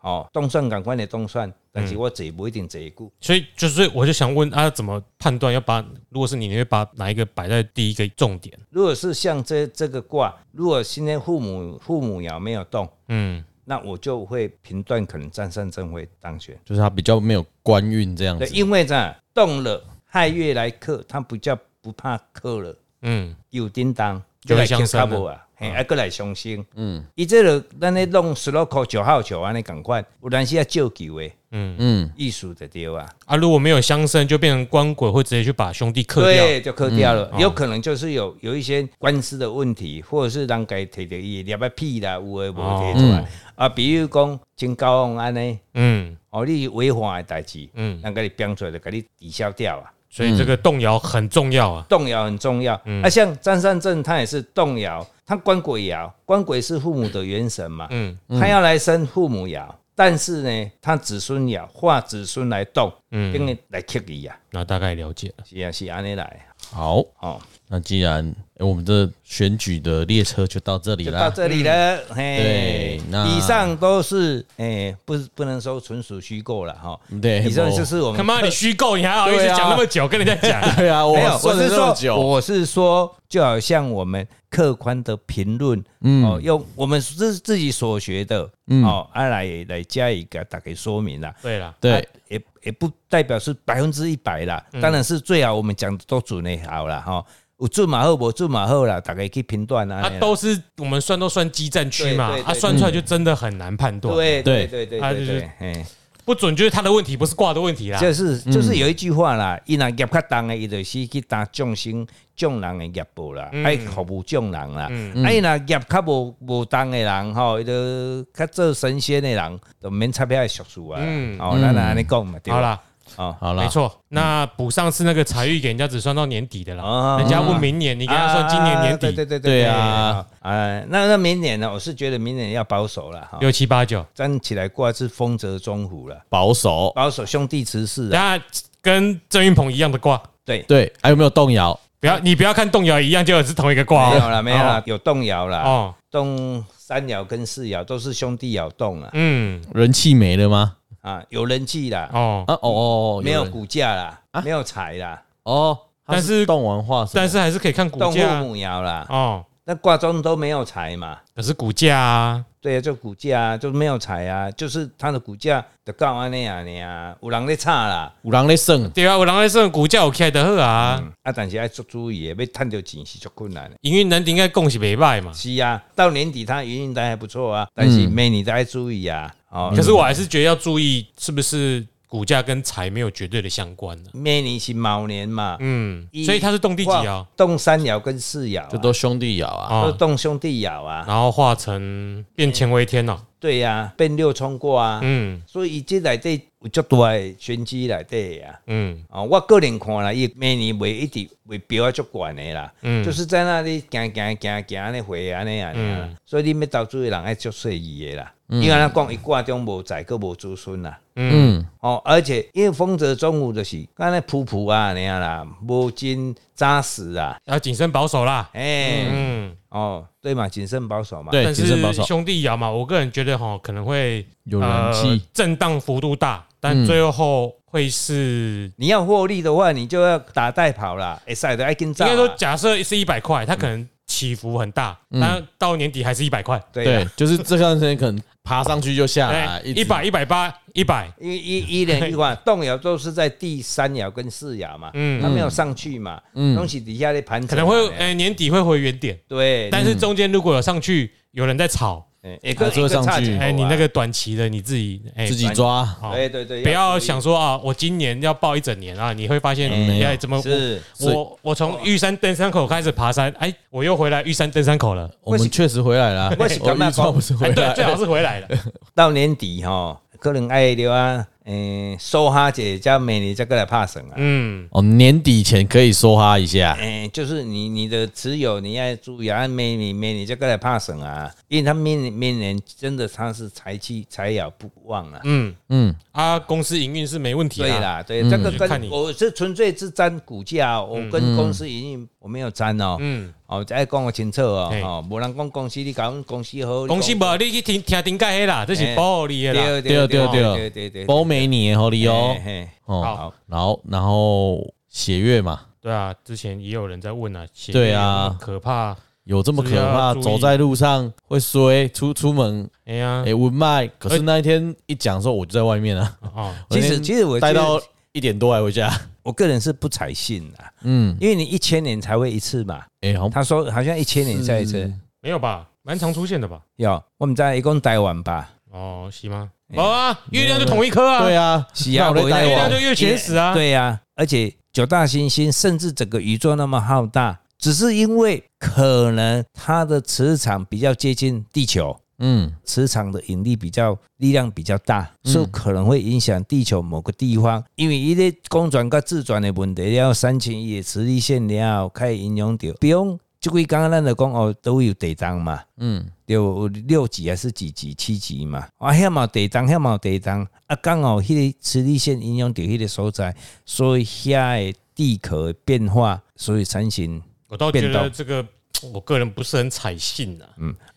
Speaker 3: 哦，当选共款的当选，但是我坐无一定坐得久。
Speaker 2: 所以就是我就想问啊，怎么判断要把？如果是你，你会把哪一个摆在第一个重点？
Speaker 3: 如果是像这这个卦，如果今天父母父母爻没有动，
Speaker 2: 嗯，
Speaker 3: 那我就会评断可能战胜正会当选。
Speaker 1: 就是他比较没有官运这样
Speaker 3: 对，
Speaker 1: 子，
Speaker 3: 因为这样动了亥月来克，他比较不怕克了。
Speaker 2: 嗯，
Speaker 3: 有叮当，
Speaker 2: 就会
Speaker 3: 再来
Speaker 2: 相生啊
Speaker 3: cover 啊，嘿，啊，过来相生，嗯，伊这个咱咧弄十六口九号球安尼共款，有但是要救球诶，嗯嗯，艺术的对啊，
Speaker 2: 啊，如果没有相生，就变成官鬼会直接去把兄弟克掉。
Speaker 3: 对，就磕掉嗯了，有可能就是有有一些官司的问题，或者是人家摕着伊两摆屁啦，有诶无摕出来啊，比如讲真高昂安尼，
Speaker 2: 嗯，
Speaker 3: 哦，你违法的代志，
Speaker 2: 嗯
Speaker 3: 嗯，人家你编出来就给你抵消掉啊。
Speaker 2: 所以这个动摇很重要啊。
Speaker 3: 动摇很重要。
Speaker 1: 嗯
Speaker 3: 那、像张善政，他也是动摇，他官鬼爻，官鬼是父母的元神嘛，
Speaker 2: 嗯
Speaker 3: 他要来生父母爻，但是呢，他子孙爻化子孙来动，因
Speaker 2: 嗯，
Speaker 3: 为来克你呀，
Speaker 2: 那大概了解了。
Speaker 3: 是啊，是安尼来，
Speaker 1: 好，
Speaker 3: 哦，
Speaker 1: 那既然、诶我们的选举的列车就到这里
Speaker 3: 就到
Speaker 1: 啦，嗯
Speaker 3: 这里了，嘿
Speaker 1: 对，那
Speaker 3: 以上都是，哎，不不能说纯属虚构了哈，
Speaker 1: 对
Speaker 3: 以上就是我们
Speaker 2: 他妈，你虚构，你还好意思
Speaker 1: 对啊。
Speaker 2: 讲那么久，跟人家讲
Speaker 1: <laughs> 对啊，我
Speaker 3: 没有，我
Speaker 1: 算了
Speaker 3: 是
Speaker 1: 这么
Speaker 3: 说，
Speaker 1: 久，
Speaker 3: 我是说，就好像我们客观的评论，嗯，哦，用我们自自己所学的，嗯，哦，啊来来加以给大家说明啦，
Speaker 2: 对了，
Speaker 3: 啊
Speaker 1: 对，
Speaker 3: 也也不代表是百分之一百啦，当然是最好我们讲的都准的好啦，哈，有准马后无准马后啦，大家去评断啊
Speaker 2: 啊，，都是我们算都算基战区嘛
Speaker 3: 对对，对
Speaker 2: 啊，算出来就真的很难判断。，
Speaker 3: 对对对对
Speaker 2: 啊
Speaker 3: 对
Speaker 2: 就是
Speaker 3: 对，嘿
Speaker 2: 不准就是他的问题，不是挂的问题啦。
Speaker 3: 就是就是有一句话啦，伊若业较重的，伊就是去打众生众人的业务啦，爱服务众人啦。啊，伊若业较无无重的人吼，伊就较做神仙的人，就免插遐俗事啊。哦，咱若安尼讲嘛，对吧
Speaker 2: 好，啦，
Speaker 3: 哦，
Speaker 1: 好
Speaker 2: 没
Speaker 1: 啦，
Speaker 2: 错。那补上次那个财运给人家只算到年底的啦，
Speaker 3: 哦
Speaker 2: 人家问明年，你
Speaker 3: 你
Speaker 2: 给他算今年年
Speaker 3: 对对
Speaker 2: 底
Speaker 3: 对
Speaker 1: 对啊。
Speaker 3: 好啊，那那明年呢？我是觉得明年要保守了哈，
Speaker 2: 六七八九，
Speaker 3: 站起来挂是风泽中虎了，
Speaker 1: 保守，
Speaker 3: 保守兄弟慈氏啊，
Speaker 2: 大家跟郑云鹏一样的挂，
Speaker 3: 对。
Speaker 1: 对，还有没有动摇？
Speaker 2: 不要你不要看动摇一样，就是同一个挂
Speaker 3: 没有
Speaker 2: 哦。
Speaker 3: 了，没有了，有动摇了。
Speaker 2: 哦，
Speaker 3: 动三爻跟四爻都是兄弟爻动啊，
Speaker 2: 嗯，
Speaker 1: 人气没了吗？
Speaker 3: 啊，有人气啦，
Speaker 2: 哦，啊
Speaker 1: 啊，哦哦，哦
Speaker 3: 没有
Speaker 1: 人
Speaker 3: 股价啦，没有财啦，
Speaker 1: 哦，它
Speaker 2: 但是
Speaker 1: 动完化什么，
Speaker 2: 但是还是可以看股
Speaker 3: 动父
Speaker 2: 价啊
Speaker 3: 母爻啦，
Speaker 2: 哦，
Speaker 3: 那卦中都没有财嘛，
Speaker 2: 可是股价啊，
Speaker 3: 对啊，就股价啊，就没有财啊，就是它的股价的高安那样的啊，有人在差啦，
Speaker 1: 五郎在胜，
Speaker 2: 对啊，我人来算股价有起来的好啊，
Speaker 3: 啊，但是要做注意的，要赚到钱是足困难的。
Speaker 2: 营运能力应该共是没败嘛。
Speaker 3: 是啊，到年底它营运单还不错啊，但是每年都要注意啊，哦，
Speaker 2: 嗯可是我还是觉得要注意，是不是股价跟财没有绝对的相关呢？
Speaker 3: 每年是卯年嘛，
Speaker 2: 嗯，啊
Speaker 3: 一
Speaker 2: 所以它是动第几爻？
Speaker 3: 哇动三爻跟四爻啊，
Speaker 1: 这都兄弟咬啊，
Speaker 3: 都
Speaker 2: 哦，
Speaker 3: 动兄弟爻啊，
Speaker 2: 然后化成
Speaker 3: 嗯
Speaker 2: 变乾为天哦。
Speaker 3: 对呀、变六冲过啊，
Speaker 2: 嗯
Speaker 3: 所以伊这内底有足大的玄机内底啊。
Speaker 2: 嗯
Speaker 3: 哦，我个人看啦，伊每年袂一直袂标啊足悬的啦，
Speaker 2: 嗯，
Speaker 3: 就是在那里行行行行安尼回安尼啊，
Speaker 2: 嗯
Speaker 3: 所以你要投资的人爱足细意的啦。因为咱讲伊挂中无财，佫无子孙啦。
Speaker 2: 嗯
Speaker 1: 嗯，
Speaker 3: 哦，而且因为丰泽中午就是安尼朴朴啊，那样啦，无真扎实啊，
Speaker 2: 要谨慎保守啦。
Speaker 3: 哎、
Speaker 2: 嗯，
Speaker 3: 哦，对嘛，谨慎保守嘛。
Speaker 1: 对，
Speaker 2: 但
Speaker 1: 谨慎保
Speaker 2: 是
Speaker 1: 守，
Speaker 2: 兄弟爻嘛，我个人觉得哈可能会呃
Speaker 1: 有人气，嗯
Speaker 2: 震荡幅度大，但最后会是
Speaker 3: 你要获利的话，你就要打带跑啦，会使的爱跟
Speaker 2: 应
Speaker 3: 走啊。
Speaker 2: 该说，假设是一百块，它可能起伏很大，
Speaker 1: 嗯
Speaker 2: 但到年底还是一百块，
Speaker 3: 对啊
Speaker 1: 对，就是这段时间可能爬上去就下来
Speaker 2: 哎，，一
Speaker 1: 直
Speaker 2: 百、一百八、一百，
Speaker 3: 一一一连一贯动摇都是在第三爻跟四爻嘛，
Speaker 2: 嗯
Speaker 3: 它没有上去嘛，
Speaker 1: 嗯
Speaker 3: 东西底下的盘整
Speaker 2: 可能会
Speaker 1: 啊
Speaker 3: 嘛
Speaker 2: 哎、年底会回原点，
Speaker 1: 嗯
Speaker 3: 对，
Speaker 2: 但是中间如果有上去，有人在炒，
Speaker 3: 哎也
Speaker 1: 还是会上去
Speaker 2: 哎、你那个短期的你自己哎、
Speaker 1: 啊自己抓，
Speaker 2: 好
Speaker 3: 对对对，
Speaker 2: 不要
Speaker 3: 注意
Speaker 2: 想说啊，我今年要报一整年啊，你会发现
Speaker 3: 嗯
Speaker 2: 哎、怎么我
Speaker 3: 是
Speaker 1: 所以
Speaker 2: 我我从玉山登山口开始爬山，哎，我又回来玉山登山口了，
Speaker 1: 我们确实回来了，
Speaker 3: 我是
Speaker 1: 我
Speaker 3: 感觉
Speaker 1: 预兆不是
Speaker 2: 哎、
Speaker 1: 回
Speaker 2: 对，最好
Speaker 1: 来，
Speaker 2: 是回来了，
Speaker 3: 到年底哈，可能爱留啊，嗯，收哈姐加美女再过来怕什啊？
Speaker 2: 嗯，
Speaker 1: 哦，年底前可以梭哈一下，
Speaker 3: 哎，就是你你的持有你要注意啊，美女美女再过来怕什啊？因为他明年明年真的他是财气财爻不旺啊，
Speaker 2: 嗯
Speaker 1: 嗯，
Speaker 2: 啊，公司营运是没问题啊
Speaker 3: 对
Speaker 2: 啦，
Speaker 3: 啦，对，这个
Speaker 2: 就看你
Speaker 3: 跟我是纯粹是沾股价哦，我跟公司营运我没有沾哦，
Speaker 2: 嗯，
Speaker 3: 哦，再讲个清楚哦
Speaker 2: 嘿，
Speaker 3: 哦，无人讲公司，你讲公司好，
Speaker 2: 公司无你去听听顶盖黑啦，这是
Speaker 3: 哎
Speaker 2: 暴利的啦，
Speaker 3: 对
Speaker 1: 对对
Speaker 3: 对对
Speaker 1: 对
Speaker 3: 对对对，
Speaker 1: 包美你好理哦
Speaker 3: 嘿，嘿
Speaker 1: 哦
Speaker 2: 好，
Speaker 1: 然后然后血月嘛，
Speaker 2: 对啊，之前也有人在问啊，血
Speaker 1: 对
Speaker 2: 液有
Speaker 1: 啊
Speaker 2: 没有可怕，
Speaker 1: 有这么可怕？
Speaker 2: 注意
Speaker 1: 走在路上会衰，出出门
Speaker 2: 哎呀
Speaker 1: 哎，文脉，可是那一天一讲的时候我就在外面啊，
Speaker 2: 哦，
Speaker 3: 其
Speaker 1: 我那
Speaker 3: 实
Speaker 1: 天
Speaker 3: 其实我
Speaker 1: 待
Speaker 3: 觉得
Speaker 1: 到
Speaker 4: 一点多还回家。
Speaker 3: 我个人是不采信啦，
Speaker 1: 嗯，
Speaker 3: 因为你一千年才会一次嘛。
Speaker 1: 哎、好像
Speaker 3: 他说好像一千年才一次
Speaker 1: 是，
Speaker 2: 没有吧？蛮常出现的吧？
Speaker 3: 有我们在一共台湾吧？
Speaker 2: 哦，是吗？有啊，月亮就同一颗啊。
Speaker 1: 对啊，
Speaker 3: 是啊，
Speaker 1: 那我
Speaker 3: 我
Speaker 1: 在台
Speaker 2: 月
Speaker 1: 湾
Speaker 2: 亮就越全食啊。
Speaker 3: 对呀、而且九大行星甚至整个宇宙那么浩大，只是因为可能它的磁场比较接近地球，
Speaker 1: 嗯，
Speaker 3: 磁场的引力比较力量比较大，所以可能会影响地球某个地方。因为伊咧公转甲自转的问题了，三千亿的磁力线了后，开始影响到。比如即几刚刚咱就讲哦，都有地震嘛，嗯，有六级还是几级、七级嘛？啊，遐嘛有地震，遐嘛有地震，啊，刚好迄个磁力线影响到迄个所在，所以遐的地壳的变化，所以产生。
Speaker 2: 我倒觉
Speaker 3: 变动
Speaker 2: 得这个，我个人不是很采信啊，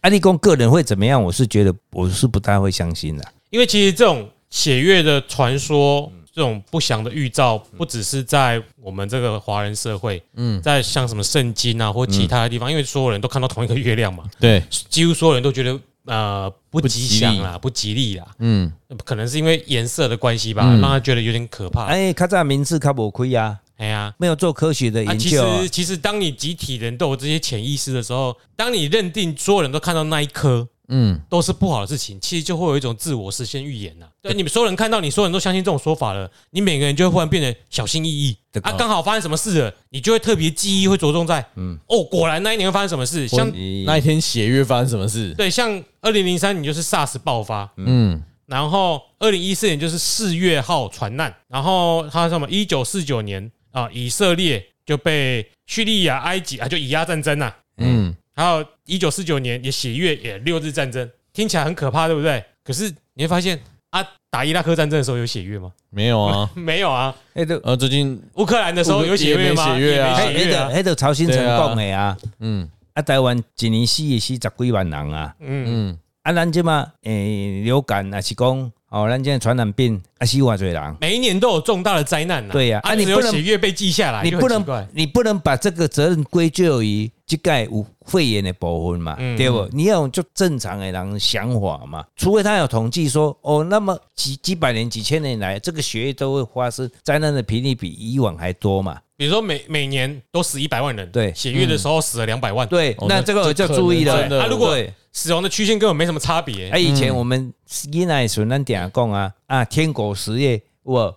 Speaker 3: 啊，你讲个人会怎么样？我是觉得我是不太会相信的。
Speaker 2: 因为其实这种血月的传说，
Speaker 3: 嗯
Speaker 2: 这种不祥的预兆，不只是在我们这个华人社会，嗯，在像什么圣经啊或其他的地方，
Speaker 3: 嗯
Speaker 2: 因为所有人都看到同一个月亮嘛，
Speaker 4: 对，
Speaker 2: 几乎所有人都觉得呃不
Speaker 4: 不
Speaker 2: 吉
Speaker 4: 吉
Speaker 2: 祥
Speaker 4: 利
Speaker 2: 啦，不吉利啦，
Speaker 1: 嗯，
Speaker 2: 可能是因为颜色的关系吧，让他觉得有点可怕。
Speaker 3: 嗯哎，较早名字较无亏啊，
Speaker 2: 哎呀。
Speaker 3: 没有做科学的
Speaker 2: 啊，
Speaker 3: 研
Speaker 2: 其
Speaker 3: 究、啊
Speaker 2: 实。其实，当你集体人都有这些潜意识的时候，当你认定所有人都看到那一颗，
Speaker 1: 嗯，
Speaker 2: 都是不好的事情，其实就会有一种自我实现预言呐、对，你们所有人看到你，所有人都相信这种说法了，你每个人就会忽然变得小心翼翼
Speaker 3: 对
Speaker 2: 啊。刚好发生什么事了，你就会特别记忆会着重在，嗯，哦，果然那一年会发生什么事。像
Speaker 4: 那一天血月发生什么事？
Speaker 2: 对，像二零零三年就是 SARS 爆发，
Speaker 1: 嗯，
Speaker 2: 然后二零一四年就是四月号船难，然后还有什么一九四九年啊，以色列就被叙利亚、埃及啊，就以阿战争呐、
Speaker 1: 嗯，
Speaker 2: 还有一九四九年也血月也六日战争，听起来很可怕，对不对？可是你会发现啊，打伊拉克战争的时候有血月吗？
Speaker 4: 没有啊，
Speaker 2: <laughs> 没有啊。
Speaker 3: 哎都
Speaker 4: 呃，最近
Speaker 2: 乌克兰的时候有血月吗？
Speaker 4: 也没血月啊
Speaker 2: 也
Speaker 3: 哎
Speaker 2: 没血月
Speaker 3: 都
Speaker 2: 啊。
Speaker 3: 哎都曹新成
Speaker 4: 对啊
Speaker 3: 讲的啊，
Speaker 1: 嗯
Speaker 3: 啊台湾一年死的死十几万人啊，
Speaker 2: 嗯，
Speaker 1: 嗯，
Speaker 3: 啊咱即嘛诶流感啊是讲哦，咱即传染病啊死偌侪人，
Speaker 2: 每一年都有重大的灾难呐。
Speaker 3: 对呀
Speaker 2: 啊，
Speaker 3: 啊你
Speaker 2: 只有
Speaker 3: 不能
Speaker 2: 血月被记下来，
Speaker 3: 你
Speaker 2: 就
Speaker 3: 不
Speaker 2: 很奇怪
Speaker 3: 能你不能把这个责任归咎于即个有肺炎的部分嘛，
Speaker 2: 嗯
Speaker 3: 对不？你要有就正常的人的想法嘛，除非他有统计说哦，那么几几百年几千年来，这个血液都会发生灾难的频率比以往还多嘛，
Speaker 2: 比如说每每年都死一百万人，
Speaker 3: 对
Speaker 2: 血月的时候死了两百万，，
Speaker 3: 对，
Speaker 4: 哦
Speaker 3: 那
Speaker 4: 那
Speaker 3: 这个我
Speaker 4: 这
Speaker 3: 就
Speaker 4: 可
Speaker 3: 注意
Speaker 4: 能
Speaker 3: 了
Speaker 4: 真。的
Speaker 2: 啊如果
Speaker 3: 对
Speaker 2: 死亡的曲线根本没什么差别哦
Speaker 3: 啊，。以前我们囡仔的时阵，咱定讲啊，啊，天狗食月有无？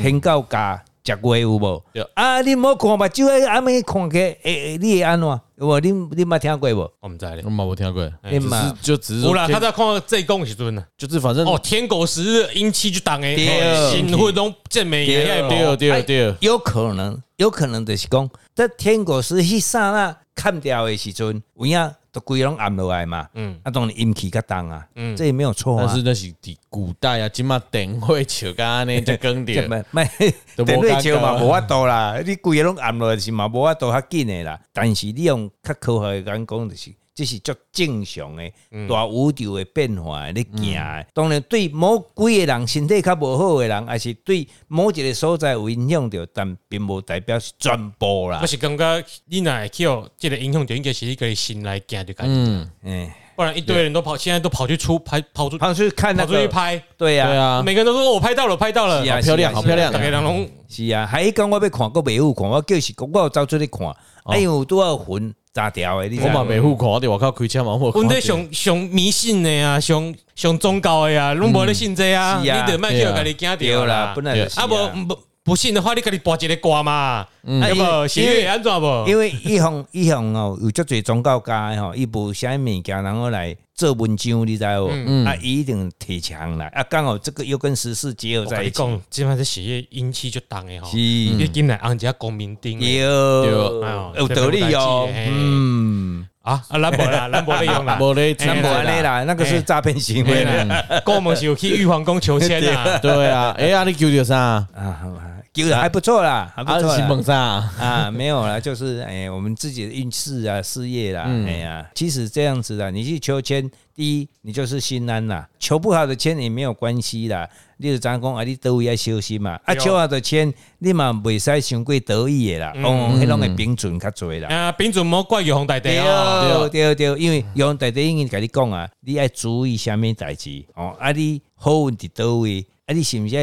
Speaker 3: 天狗加食月有无
Speaker 4: 对？
Speaker 3: 啊，你莫看目睭诶，暗暝看起，诶、欸，你会安怎？有无？你你捌听过无？
Speaker 2: 我们再来
Speaker 4: 我，嘛没听过，
Speaker 3: 你
Speaker 4: 只是
Speaker 3: 嘛，
Speaker 4: 就只是
Speaker 2: 无啦，
Speaker 4: 说
Speaker 2: 他在看到这公时阵呢，
Speaker 4: 就是反正
Speaker 2: 哦，天狗食日阴气就当诶，
Speaker 3: 对
Speaker 2: 哦神魂拢正面
Speaker 4: 第
Speaker 2: 也
Speaker 4: 二第二第
Speaker 2: 哦哎
Speaker 4: 二第二，
Speaker 3: 有可能，有可能就是讲，在天狗食迄刹那砍掉的时阵，有影都规拢暗落来嘛。
Speaker 2: 嗯
Speaker 3: 啊，当然阴气较重啊，
Speaker 2: 嗯
Speaker 3: 这也没有错
Speaker 4: 但
Speaker 3: 啊，
Speaker 4: 是。那是伫古代啊，今嘛等会笑干呢就更迭
Speaker 3: 卖卖
Speaker 4: 就
Speaker 3: 电
Speaker 4: 啊无
Speaker 3: 瑞
Speaker 4: 感觉
Speaker 3: 笑嘛，
Speaker 4: 啊
Speaker 3: 无法度啦，你规个拢暗落来是嘛，无法度较紧的啦。但是你用较科学的眼光，就是这是足正常的
Speaker 4: 嗯
Speaker 3: 大宇宙的变化，你行的。当然对某几个人身体较无好的人，还是对某一个所在有影响着，但并无代表是全部啦
Speaker 2: 我。是感觉你若会去哦，这个影响就应该是一个心来行就感觉，
Speaker 4: 嗯，
Speaker 3: <laughs> 嗯，
Speaker 2: 不然一堆人都跑，现在都跑去出拍，跑出跑
Speaker 3: 跑去看那
Speaker 2: 出去
Speaker 3: 个，
Speaker 2: 拍，
Speaker 4: 对
Speaker 3: 对呀，
Speaker 4: 啊，
Speaker 2: 每个人都说我拍到了，拍到了
Speaker 3: 是，啊
Speaker 4: 好漂亮，
Speaker 3: 是啊
Speaker 4: 好漂亮
Speaker 2: 大，家人拢
Speaker 3: 是啊，还讲我要看，我袂有看，我叫是讲我有走出去看，
Speaker 2: 哦
Speaker 3: 哎呦，拄少魂炸掉的，你知
Speaker 4: 我
Speaker 3: 道
Speaker 4: 嘛
Speaker 3: 吗？
Speaker 4: 没户口，我伫外口开车嘛，我
Speaker 2: 阮
Speaker 4: 看
Speaker 2: 在
Speaker 4: 到
Speaker 2: 上上迷信的啊，上上宗教的啊，拢无咧信这啊，你
Speaker 3: 是啊
Speaker 2: 得卖去
Speaker 4: 对啊
Speaker 2: 家己惊
Speaker 3: 对
Speaker 2: 掉
Speaker 3: 啦
Speaker 2: 啦，，
Speaker 3: 本来就是嗯
Speaker 2: 啊无不不信的话，你家己播一个歌嘛，啊
Speaker 3: 因为
Speaker 2: 无
Speaker 3: 因为
Speaker 2: 学会安怎无？
Speaker 3: 因为一项一项哦，有足侪宗教家的吼，伊无啥物件，然后来做文章，你知无？
Speaker 2: 嗯
Speaker 3: 啊，伊一定提倡来啊，刚好这个又跟时事结合
Speaker 2: 我跟
Speaker 3: 在
Speaker 2: 你
Speaker 3: 一起，
Speaker 2: 讲，即摆这血液阴气就重的吼，
Speaker 3: 是嗯
Speaker 2: 你进来按一下光明灯的。
Speaker 3: 有
Speaker 2: 嗯哎呦
Speaker 3: 有道理
Speaker 2: 这边有代
Speaker 3: 哦
Speaker 2: 志，嘿
Speaker 3: 嗯，
Speaker 2: 啊啊，咱无啦，咱无咧用
Speaker 3: <laughs>
Speaker 2: 啦，
Speaker 4: 无咧嗯
Speaker 2: 嘿
Speaker 3: 咱无安尼啦，那个是诈骗行为
Speaker 2: 对
Speaker 3: 啦
Speaker 2: 啦，我们是有去玉皇宫求
Speaker 3: <laughs>
Speaker 2: 签啦，
Speaker 4: 对啊，哎呀，你求着啥？
Speaker 3: 啊好啊，有啦，还不错啦，还不
Speaker 4: 啊，
Speaker 3: 错
Speaker 4: 是
Speaker 3: 啦
Speaker 4: 问。啥？
Speaker 3: 啊，没有啦，就是哎、我们自己的运势啊、事业啦，
Speaker 2: 嗯
Speaker 3: 哎呀，其实这样子啦，你去求签，第一你就是心安啦，求不好的签也没有关系啦。例如张公啊，你都位要休息嘛，啊，
Speaker 2: 对哦
Speaker 3: 求好的签你嘛袂使伤过得意的啦，
Speaker 2: 嗯
Speaker 3: 哦，迄种的标准较侪啦。
Speaker 2: 啊，丙准莫怪玉皇大帝哦，
Speaker 3: 对啊对对，因为用大家已经甲你讲啊，你爱注意虾米代志哦，啊你好运伫倒位，啊你是毋是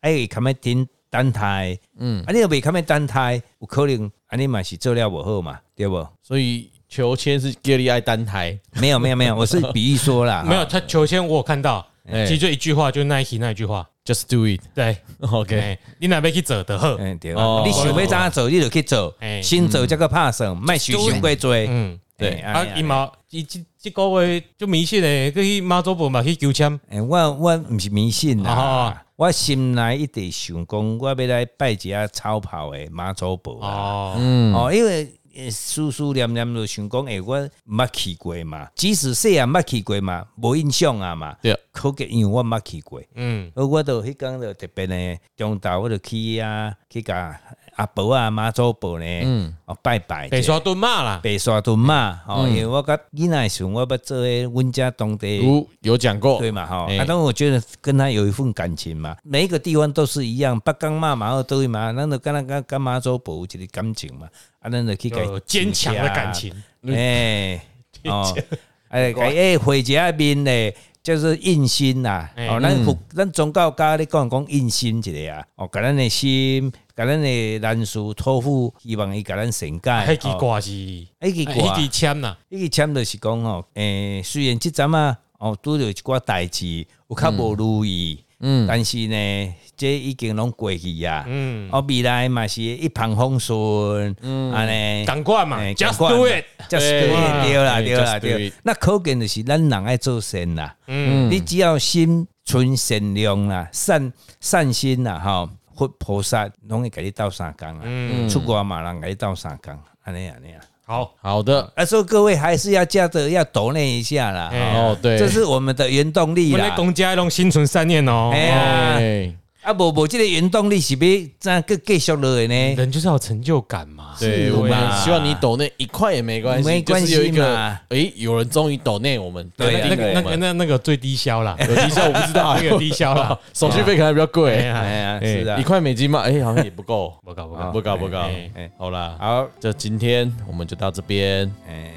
Speaker 3: 爱爱看咩顶等待的，嗯，啊，你若袂堪要等待，有可能安尼嘛是做了无好嘛，对无？
Speaker 1: 所以求签是叫你爱单台，
Speaker 3: 没有没有没有，我是比喻说啦，
Speaker 2: <laughs> 没有，他求签我有看到，
Speaker 1: 哎
Speaker 2: 其实就一句话，就 Nike 那一句话，
Speaker 1: Just do it。
Speaker 2: 对
Speaker 1: OK，
Speaker 2: 哎你哪边去走的呵，
Speaker 3: 嗯，对
Speaker 1: 哦
Speaker 3: 啊，你想要怎样做，你就去做
Speaker 2: 哎，
Speaker 3: 先做才个拍算，莫想想过多。哎
Speaker 2: 嗯，
Speaker 3: 对
Speaker 1: 对
Speaker 2: 啊，伊，嘛，伊即即个月就迷信诶，去妈祖婆嘛去求签，
Speaker 3: 哎，我我毋是迷信
Speaker 2: 哦
Speaker 3: 啦，我心内一直想讲，我要来拜一下超跑的妈祖婆啊。
Speaker 2: 哦，
Speaker 3: 哦，因为呃思思念念就想讲，诶、我毋捌去过嘛，即使细汉捌去过嘛，无印象啊嘛。
Speaker 1: 对，
Speaker 3: 可见因为我毋捌去过，
Speaker 2: 嗯，
Speaker 3: 而我到迄工就特别呢，中昼我就去啊，去甲阿婆啊、妈祖婆呢，嗯，哦拜拜
Speaker 2: 北
Speaker 3: 一下。
Speaker 2: 沙顿骂啦，
Speaker 3: 白沙屯嘛，哦，因为我甲囡仔的时候，我捌做诶，阮家当地
Speaker 1: 有有讲过
Speaker 3: 对，嘛哈、
Speaker 1: 哎
Speaker 3: 啊，但我觉得跟他有一份感情嘛，每一个地方都是一样，北港嘛、马二都会嘛，咱就跟咱跟跟妈祖婆有一个感情嘛，啊，咱就去给
Speaker 2: 有坚强的感，情， <laughs>
Speaker 3: 哎、哦，哎，给哎回家面咧。就是印心呐、
Speaker 2: 哎
Speaker 3: 哦，咱佛咱宗教家咧讲讲印心一个啊，哦，甲咱的心，甲咱的难事托付，希望伊甲咱成解。
Speaker 2: 啊迄支
Speaker 3: 哦，
Speaker 2: 挂是，哎迄
Speaker 3: 迄支歌啊
Speaker 2: 支签啦，
Speaker 3: 迄个签就是讲吼，诶、虽然即阵啊，哦，拄着一寡代志，有较无如意，嗯，但是呢，这已经拢过去啊，嗯，哦，未来嘛是一帆风顺，嗯，安尼。
Speaker 2: 赶快嘛
Speaker 3: 哎
Speaker 2: ，just
Speaker 3: 赶
Speaker 2: do
Speaker 3: 快嘛
Speaker 2: it，
Speaker 3: ，just
Speaker 2: 哎
Speaker 3: do it，对啦，
Speaker 1: 哎
Speaker 3: 对啦，
Speaker 1: just do
Speaker 3: 对
Speaker 1: it。
Speaker 3: 那可见就是咱人爱做善啦，嗯，你只要心存善良啦，善善心啦，吼，佛菩萨拢会甲你斗相共啊，嗯，出国嘛，人甲你斗相共，安尼安尼啊。
Speaker 2: 好，
Speaker 1: 好的，
Speaker 3: 啊，所以各位还是要加的要抖那一下啦，
Speaker 2: 哎
Speaker 1: 哦对，
Speaker 3: 这是我们的原动力
Speaker 2: 我
Speaker 3: 啦
Speaker 2: 来。公家拢心存善念哦，
Speaker 3: 哎呀，
Speaker 1: 哎，
Speaker 3: 啊无无这个原动力是要怎个继续落去呢？
Speaker 2: 人就是要有成就感嘛，
Speaker 1: 对我们
Speaker 3: 嘛
Speaker 1: 希望你抖内一块也没关系，
Speaker 3: 没关系
Speaker 1: 就是有一个
Speaker 3: 嘛
Speaker 1: 哎，有人终于抖内我们，
Speaker 3: 对啊
Speaker 2: 那
Speaker 1: 那个
Speaker 2: 个那
Speaker 1: 那
Speaker 2: 个
Speaker 1: 个
Speaker 2: 那那个最低消啦，
Speaker 1: 有低消我不知道，
Speaker 2: 那个低
Speaker 3: <laughs>
Speaker 2: 消啦，
Speaker 1: 手续费可能比较
Speaker 2: <laughs> 哎
Speaker 1: 贵，
Speaker 2: 呀，，
Speaker 3: 啊哎呀，是
Speaker 1: 哎，一
Speaker 3: 啊。
Speaker 1: 块美金嘛，哎，好像也不够
Speaker 3: <laughs>
Speaker 2: 不搞不
Speaker 3: 好
Speaker 2: 搞，
Speaker 1: 不够不够
Speaker 2: 哎
Speaker 3: 哎，
Speaker 1: 好啦，
Speaker 3: 好，
Speaker 1: 就今天我们就到这边。
Speaker 3: 哎，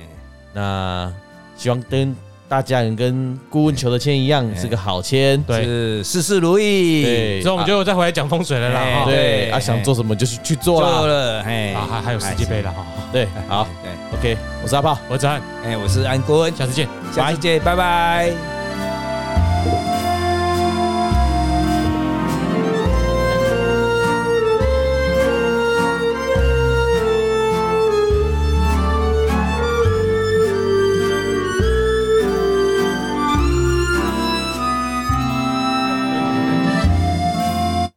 Speaker 1: 那希望跟大家人跟顾问求的签一
Speaker 3: 哎
Speaker 1: 样，是个好签。
Speaker 2: 对，
Speaker 3: 是事事如意，
Speaker 1: 对，
Speaker 2: 所以我们就再回来讲风水了啦，
Speaker 3: 哎
Speaker 2: 哈
Speaker 1: 对
Speaker 3: 对
Speaker 1: 啊，想做什么就去去做啦。
Speaker 3: 做了，哎，
Speaker 2: 啊，还还有世界杯了哈，哈
Speaker 1: 对，好
Speaker 3: 对，
Speaker 1: ，OK，我是阿炮。
Speaker 2: 我是安，
Speaker 3: 哎，我是安国恩，
Speaker 2: 下次见。
Speaker 3: 下次见，拜拜。